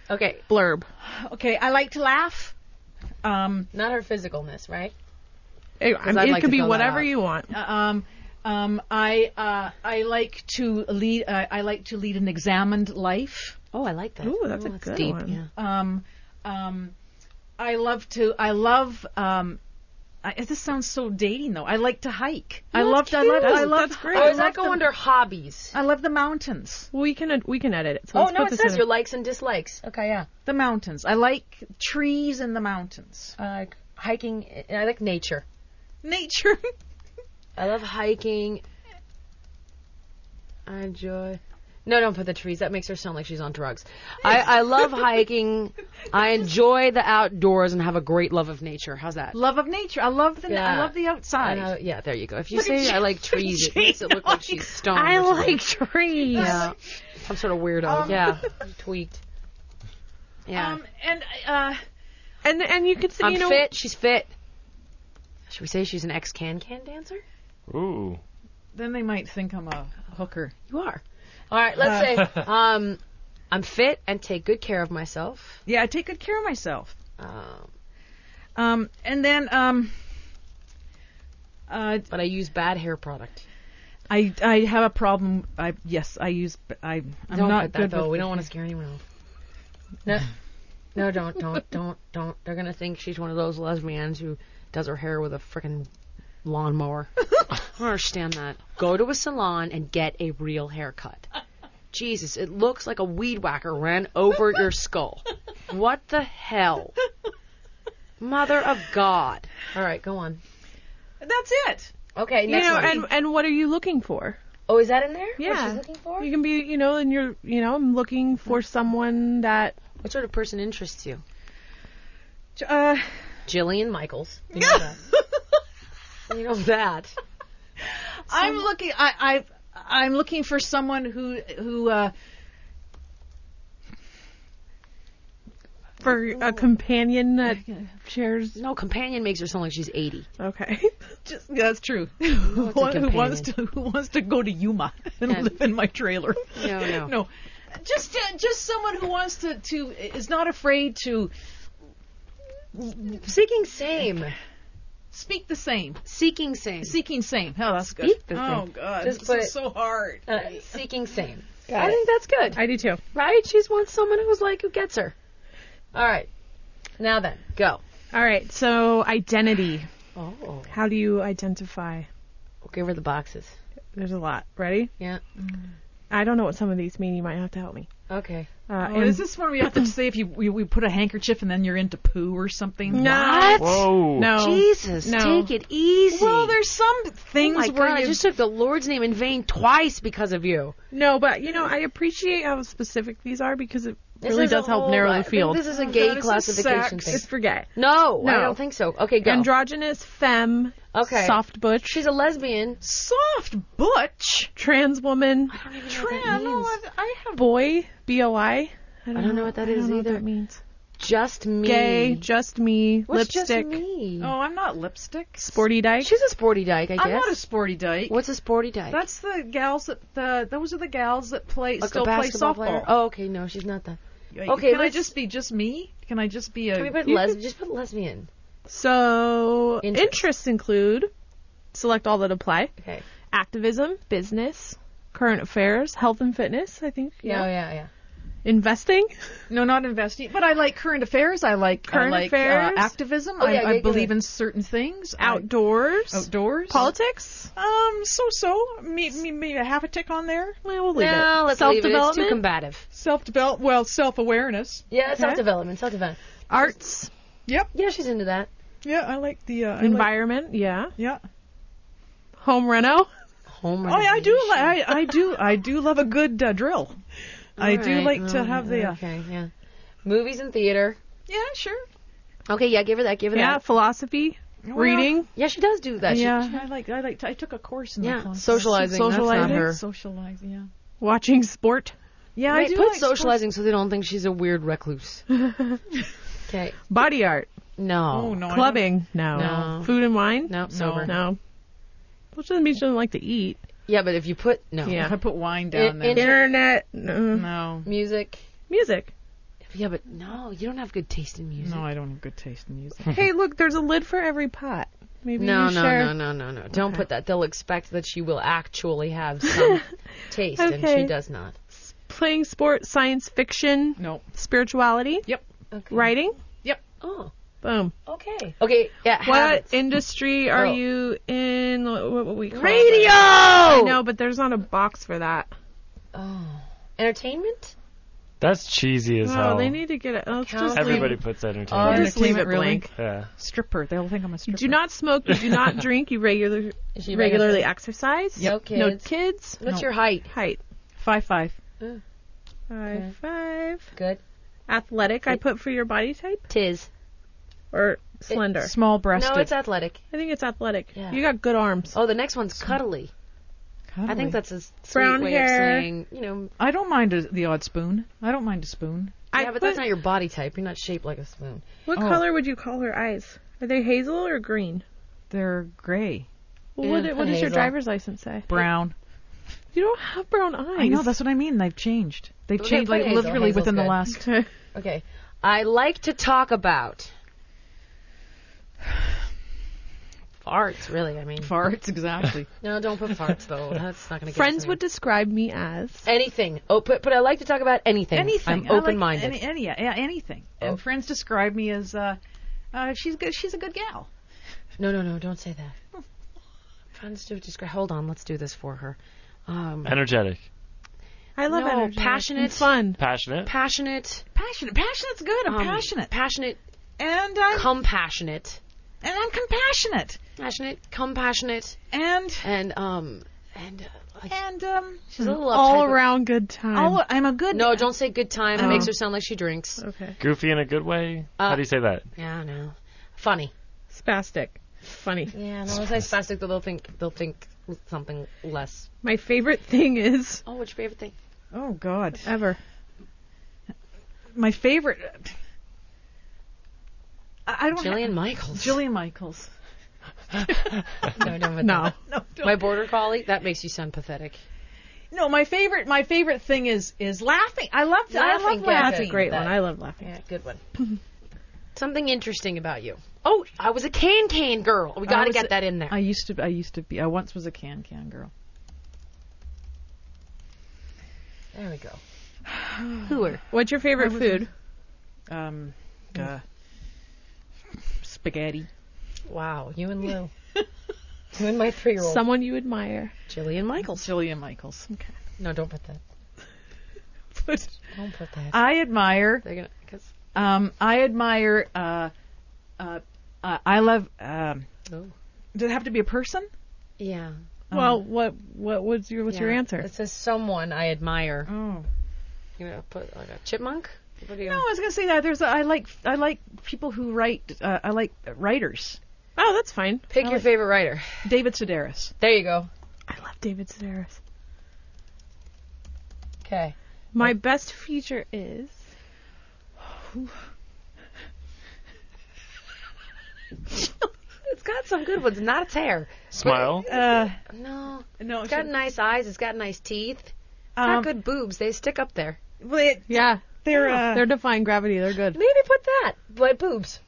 S1: Okay,
S3: blurb.
S2: Okay, I like to laugh. Um,
S1: not her physicalness, right?
S3: It, I mean,
S1: I'd
S3: it
S1: like to
S3: could be
S1: fill that out.
S3: whatever
S1: Uh,
S3: you want.
S2: um, um, I uh, I like to lead. Uh, I like to lead an examined life.
S1: Oh, I like that.
S3: Ooh, that's a good
S1: deep.
S3: one.
S1: Yeah.
S2: Um, um, I love to. I love. Um, I, this sounds so dating though. I like to hike. I love. to- I love. I
S3: That's-
S2: love.
S3: that's great.
S2: I
S1: Oh, does
S2: love,
S1: that go
S2: the,
S1: under hobbies?
S2: I love the mountains.
S3: We can ed- we can edit it. So
S1: Oh
S3: let's
S1: no, it
S3: put this
S1: says
S3: in.
S1: your likes and dislikes. Okay, yeah.
S2: The mountains. I like trees in the mountains.
S1: I like hiking. and I like nature.
S2: Nature.
S1: I love hiking. I enjoy. No, don't put the trees. That makes her sound like she's on drugs. I, I love [laughs] hiking. I enjoy the outdoors and have a great love of nature. How's that?
S2: [laughs] love of nature. I love the.
S1: Yeah.
S2: I love the
S1: I
S2: outside.
S1: know- yeah, there you go. If you say I like trees, it makes it look like
S2: [laughs]
S1: she's stoned.
S3: I
S1: or something.
S3: like trees.
S1: Yeah. Some sort of weirdo.
S2: [laughs]
S1: yeah. Tweaked. Yeah.
S2: Um, and uh,
S3: And and you could say
S1: I'm
S3: you know
S1: fit. She's fit. Should we say she's an ex can can dancer?
S3: [laughs]
S4: Ooh.
S2: then they might think I'm a hooker.
S1: You are. All right. Let's say um, I'm fit and take good care of myself.
S2: Yeah, I take good care of myself.
S1: Um,
S2: Um, and then um, uh,
S1: but I use bad hair product.
S2: I I have a problem. I yes, I use. I I'm
S1: don't
S2: not
S1: put
S2: good
S1: that though.
S2: with
S1: We don't want to scare anyone off. No, [laughs] no, don't, don't, don't, don't. They're gonna think she's one of those lesbians who does her hair with a freaking [laughs] lawnmower. I don't understand that. Go to a salon and get a real haircut. Jesus, it looks like a weed whacker ran over your skull. What the hell? Mother of God. All right, go on. Oh,
S2: That's it.
S1: Okay,
S3: you
S1: next
S3: know
S1: one.
S3: and and what are you looking for?
S1: oh, is that in there? What
S3: Yeah.
S1: she's looking for?
S3: You can be you know and you're you know I'm looking for someone that
S1: What sort of person interests you?
S2: Uh,
S1: Jillian Michaels. You know that. you know that.
S2: I'm looking. I I I'm looking for someone who who uh,
S3: [laughs] for a companion that
S1: [laughs]
S3: shares
S1: oh. No, companion makes her sound like she's 80.
S3: Okay. [laughs]
S2: just yeah, that's true. [laughs] Who, wa- who
S1: companion.
S2: wants to who wants to go to Yuma and
S1: Yeah.
S2: live in my trailer?
S1: No, no.
S2: [laughs] no. Just uh, just someone who wants to to is not afraid to
S1: Seeking same.
S2: speak the same,
S1: Seeking same.
S2: seeking same. Oh, that's good.
S1: Speak the
S2: Oh
S1: same.
S2: God,
S1: Just
S2: this
S1: put-
S2: is so hard.
S1: uh, seeking same.
S3: it.
S1: I think that's good,
S3: I do too.
S1: right? She wants someone who's like, who gets her. All right. Now then, go.
S3: All right. So identity.
S1: Oh.
S3: How do you identify?
S1: We'll give her the boxes.
S3: There's a lot. Ready?
S1: Yeah.
S3: I don't know what some of these mean. You might have to help me.
S1: Okay.
S3: Uh,
S2: Oh, is this one we have to say if you we, we put a handkerchief and then you're into poo or something?
S3: No.
S4: Whoa.
S3: No.
S1: Jesus,
S3: No.
S1: take it easy.
S2: Well, there's some
S1: oh
S2: things
S1: my
S2: where
S1: God, I
S2: you
S1: just took the Lord's name in vain twice because of you.
S3: No, but you know, I appreciate how specific these are because it
S1: This
S3: really
S1: is a
S3: does help
S1: whole-
S3: narrow
S1: I
S3: the
S1: think
S3: field.
S1: This is a gay
S2: God, this is
S1: classification
S2: sex.
S1: thing.
S3: it's for gay.
S1: No, I
S3: No.
S1: don't think so. Okay, go.
S3: Androgynous, femme,
S1: Okay.
S3: soft butch,
S1: She's a lesbian.
S2: soft butch
S3: trans woman, Oh,
S2: trend. I don't know what- I have
S3: boy, B O I. I
S1: don't know what that
S3: I don't
S1: is
S3: know
S1: either.
S3: What that means.
S1: Just me.
S3: Gay, just me,
S1: What's
S3: lipstick,
S1: just me?
S2: Oh, I'm not lipstick.
S3: sporty dyke.
S1: She's a sporty dyke, I guess.
S2: I'm not a sporty dyke.
S1: What's a sporty dyke?
S2: That's the gals that the those are the gals that play
S1: like
S2: still
S1: a
S2: play
S1: basketball
S2: softball.
S1: player. Oh, okay, no, she's not that.
S2: Like,
S1: okay,
S2: can I
S1: let's-
S2: just be just me? Can I just be
S1: Can we
S2: a?
S1: put les- just put lesbian.
S3: So
S1: Interests.
S3: interests include select all that apply.
S1: Okay.
S3: Activism, business, current affairs, health and fitness, I think.
S1: Yeah, yeah, yeah.
S3: Investing?
S2: No, not investing. But I like current affairs. I like
S3: Current
S2: I like,
S3: affairs?
S2: Uh, activism.
S1: Oh, yeah, yeah,
S2: I, I
S1: yeah.
S2: believe in certain things. I-
S3: Outdoors?
S2: outdoors.
S3: Politics?
S2: Um, so so. Maybe me, me a half a tick on there.
S3: Well, we'll leave
S1: No,
S3: it.
S1: let's leave it. It's
S3: Self-development?
S1: too combative.
S2: Self develop. Well, self awareness.
S1: Yeah, self-development, self-development.
S3: Arts?
S1: Yeah, she's into that.
S2: Yeah, I like the uh, I like-
S3: Environment? Yeah.
S2: yeah.
S3: Home reno?
S1: Home
S2: Oh, yeah, I do. Li- I I do. I do love a good uh, drill. I do
S1: Alright,
S2: like to
S1: well,
S2: have the. Uh,
S1: Okay, Oh, yeah. Movies and theater.
S2: yeah, sure.
S1: Okay, yeah, give her that, give her
S3: Yeah.
S1: that.
S3: Philosophy? Reading?
S1: Yeah, she does do that. She-
S2: Yeah, I like. I like. To, I took a course in
S1: yeah,
S2: that.
S1: socializing. Socializing.
S3: Socializing.
S1: her.
S2: Socializing. Yeah.
S3: Watching sport?
S2: Yeah,
S1: Right,
S2: I do
S1: put
S2: like
S1: socializing so they don't think she's a weird recluse. okay.
S3: Body art?
S1: No.
S2: Oh no. I don't-
S3: Clubbing? No.
S1: No.
S3: Food and wine?
S1: No, sober.
S3: No. Which doesn't mean she doesn't like to eat.
S1: Yeah, but if you put no.
S3: Yeah.
S2: I put wine down there.
S1: in-
S3: Internet? no.
S2: no.
S1: Music. [laughs]
S3: Music.
S1: Yeah, but no, you don't have good taste in music.
S2: No, I don't have good taste in music.
S3: hey, look, there's a lid for every pot. Maybe
S1: No,
S3: you
S1: no,
S3: share.
S1: no, no, no, no. Don't put that. They'll expect that she will actually have some taste, and she
S3: Okay.
S1: does not.
S3: Playing sport, science fiction,
S2: No.
S3: spirituality,
S1: Okay.
S3: writing.
S1: Oh,
S3: Boom.
S1: okay. Okay, yeah,
S3: What
S1: habits.
S3: industry are
S1: Oh.
S3: you in? What, what we call
S1: Radio!
S3: It? I know, but there's not a box for that.
S1: Oh. Entertainment?
S4: That's cheesy as
S3: Well,
S4: hell.
S3: they need to get it. Let's just leave
S4: Everybody
S3: it-
S4: puts
S3: We'll
S4: entertainment.
S3: just leave it
S2: Entertainment, really?
S3: blank.
S4: yeah.
S2: Stripper. They'll think I'm a stripper.
S3: Do not smoke. You
S1: [laughs]
S3: do not drink. You regular,
S1: Is she
S3: regularly exercise.
S1: No
S3: No
S1: kids.
S3: kids.
S1: What's
S2: No.
S1: your height?
S3: Height.
S2: five five.
S3: Five five.
S1: Good.
S3: Athletic. I put for your body type
S1: Tis.
S3: or slender.
S2: Small breasted.
S1: No, it's athletic.
S3: I think it's athletic.
S1: Yeah.
S3: You got good arms.
S1: Oh, the next one's cuddly. I think that's a s- sweet
S3: Brown
S1: way
S3: hair.
S1: of saying, you know,
S2: I don't mind a, the odd spoon. I don't mind a spoon.
S3: I
S1: yeah, but
S3: put-
S1: that's not your body type. You're not shaped like a spoon.
S3: What
S2: Oh.
S3: color would you call her eyes? Are they hazel or green?
S2: They're gray,
S3: Well,
S1: Yeah,
S3: what, what does
S1: hazel.
S3: your driver's license say?
S2: brown.
S3: You don't have brown eyes.
S2: I
S3: [laughs]
S2: know. That's what I mean. They've changed. They've
S1: Okay,
S2: changed
S1: put
S2: like
S1: hazel.
S2: literally
S1: Hazel's
S2: within
S1: good.
S2: the
S3: [laughs]
S2: last.
S3: okay.
S1: Okay. I like to talk about [sighs] farts, really. I mean,
S2: Farts, exactly.
S1: no, don't put farts though.
S2: [laughs]
S1: That's not going to get us
S3: Friends
S1: anywhere.
S3: would describe me as.
S1: anything. Oh, but, but I like to talk about anything. I'm
S2: anything. I like
S1: open-minded.
S2: Any, any, yeah, yeah, anything.
S1: Oh.
S2: And friends describe me as uh, uh, she's good. She's a good gal.
S1: No, no, no, don't say that. I'm trying to do describe. Hold on, let's do this for her. Um,
S4: Energetic.
S3: I love
S1: No,
S3: energy.
S1: passionate.
S3: And fun.
S4: Passionate.
S1: passionate.
S2: Passionate. Passionate's good. I'm
S1: um,
S2: passionate.
S1: Passionate.
S2: And I'm
S1: Compassionate.
S2: and I'm compassionate.
S1: Passionate. Compassionate.
S2: And
S1: And um and uh, like
S2: and um.
S1: she's a little
S3: All
S1: uptight.
S3: around good time.
S2: I'll, I'm a good.
S1: No, don't say good time. It
S3: Oh.
S1: makes her sound like she drinks.
S3: okay.
S4: Goofy in a good way.
S1: Uh,
S4: How do you say that?
S1: Yeah, no. Funny.
S3: Spastic. Funny.
S1: Yeah, no, if I spastic, they'll think they'll think something less.
S3: My favorite thing is
S1: Oh, what's your favorite thing?
S2: Oh God.
S3: ever.
S2: my favorite. I I don't.
S1: Jillian Michaels. [laughs]
S2: Jillian Michaels.
S1: No, no, but
S3: No.
S2: [laughs] No, don't.
S1: My border collie. That makes you sound pathetic.
S2: no, my favorite. My favorite thing is is laughing. I love. to- I
S1: Laughing,
S2: love
S1: yeah,
S2: laughing.
S3: That's a great one. I love laughing.
S1: Yeah, good one. [laughs] Something interesting about you. Oh, I was a can can girl. We got to
S2: was
S1: get
S2: a-
S1: that in there.
S2: I used to. I used to be. I once was a can can girl.
S1: there we go. [sighs] Hooer.
S3: What's your favorite food?
S2: Um, uh, spaghetti.
S1: Wow, you and [laughs] Lou. you and my three year old.
S3: Someone you admire.
S1: Jillian Michaels.
S2: Jillian Michaels.
S1: No, don't put that. Don't [laughs] put that.
S2: I admire.
S1: They're gonna, cause,
S2: Um, I admire. Uh, uh, uh, I love. Um,
S1: Oh.
S2: does it have to be a person?
S1: yeah.
S3: well, what what was your what's your
S1: Yeah.
S3: answer?
S1: It says someone I admire.
S2: Oh.
S1: You know, put like a chipmunk. What do you?
S2: No, I was gonna say that. There's. A, I like. I like people who write. Uh, I like writers.
S3: Oh, that's fine.
S1: Pick your favorite writer.
S2: David Sedaris.
S1: There you go.
S3: I love David Sedaris.
S1: Okay.
S3: My best feature is
S1: It's got some good ones. Not its hair.
S4: Smile.
S2: Uh,
S1: No.
S2: no,
S1: It's got nice eyes. It's got nice teeth. It's got good boobs. They stick up there.
S3: yeah. Oh,
S2: They're, uh,
S3: They're defying gravity. They're good.
S1: Maybe put that. My boobs.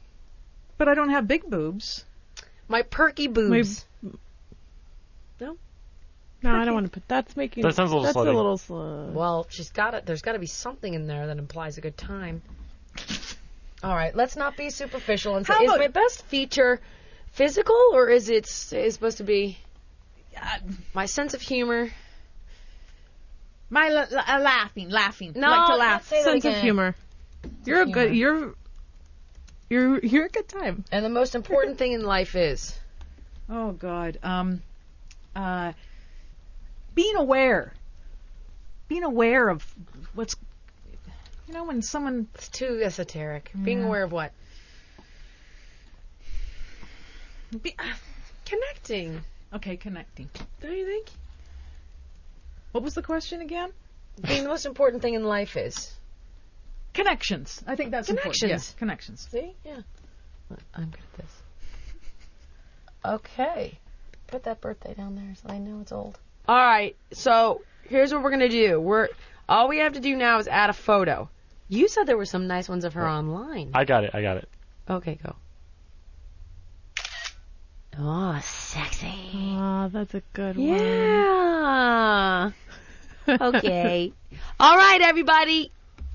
S2: but I don't have big boobs.
S1: My perky boobs.
S3: No, I don't want to put. That's making.
S4: That sounds a little
S3: That's
S4: slutty.
S3: a little slow.
S1: Well, she's got it. There's got to be something in there that implies a good time. All right, let's not be superficial and say,
S7: How
S1: is
S7: about-
S1: my best feature physical or is it is it supposed to be
S7: Uh,
S1: my sense of humor?
S7: my la- la- uh, laughing, laughing.
S1: No,
S7: like to
S1: don't
S7: laugh.
S1: say that
S3: Sense of
S1: again.
S3: humor. You're a good. You're. You're you're a good time.
S1: And the most important thing in life is
S7: Oh God. Um. Uh. Being aware. Being aware of what's. You know when someone.
S1: it's too esoteric. Being aware of what?
S7: Be,
S1: uh, Connecting.
S7: okay, connecting.
S1: Don't you think?
S7: What was the question again?
S1: Being the most important thing in life is.
S7: Connections. I think that's important.
S1: Connections.
S7: Yeah, connections.
S1: See? Yeah. I'm good at this. Okay. Put that birthday down there so I know it's old. All right. So here's what we're gonna do. We're all we have to do now is add a photo. You said there were some nice ones of her online.
S4: I got it. I got it.
S1: Okay, go. Oh, sexy.
S3: Oh, that's a good
S1: Yeah.
S3: one.
S1: [laughs] Okay. all right, everybody.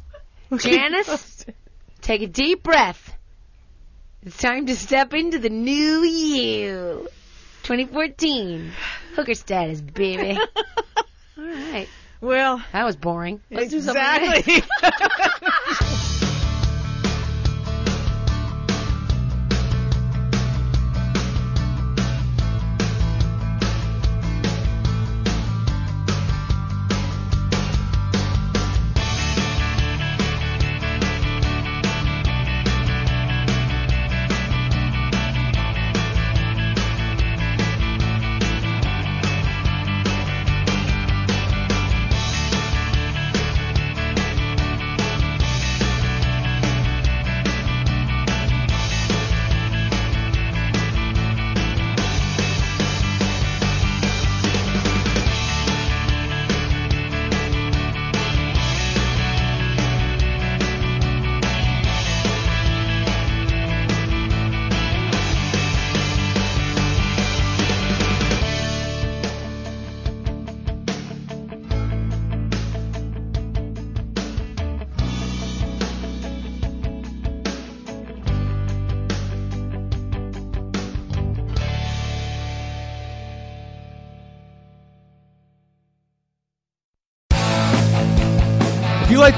S1: [laughs] Janice, take a deep breath. It's time to step into the new you. 2014. Hooker status, [laughs] baby. All right.
S7: Well,
S1: That was boring. Let's do something.
S7: exactly.
S8: If you like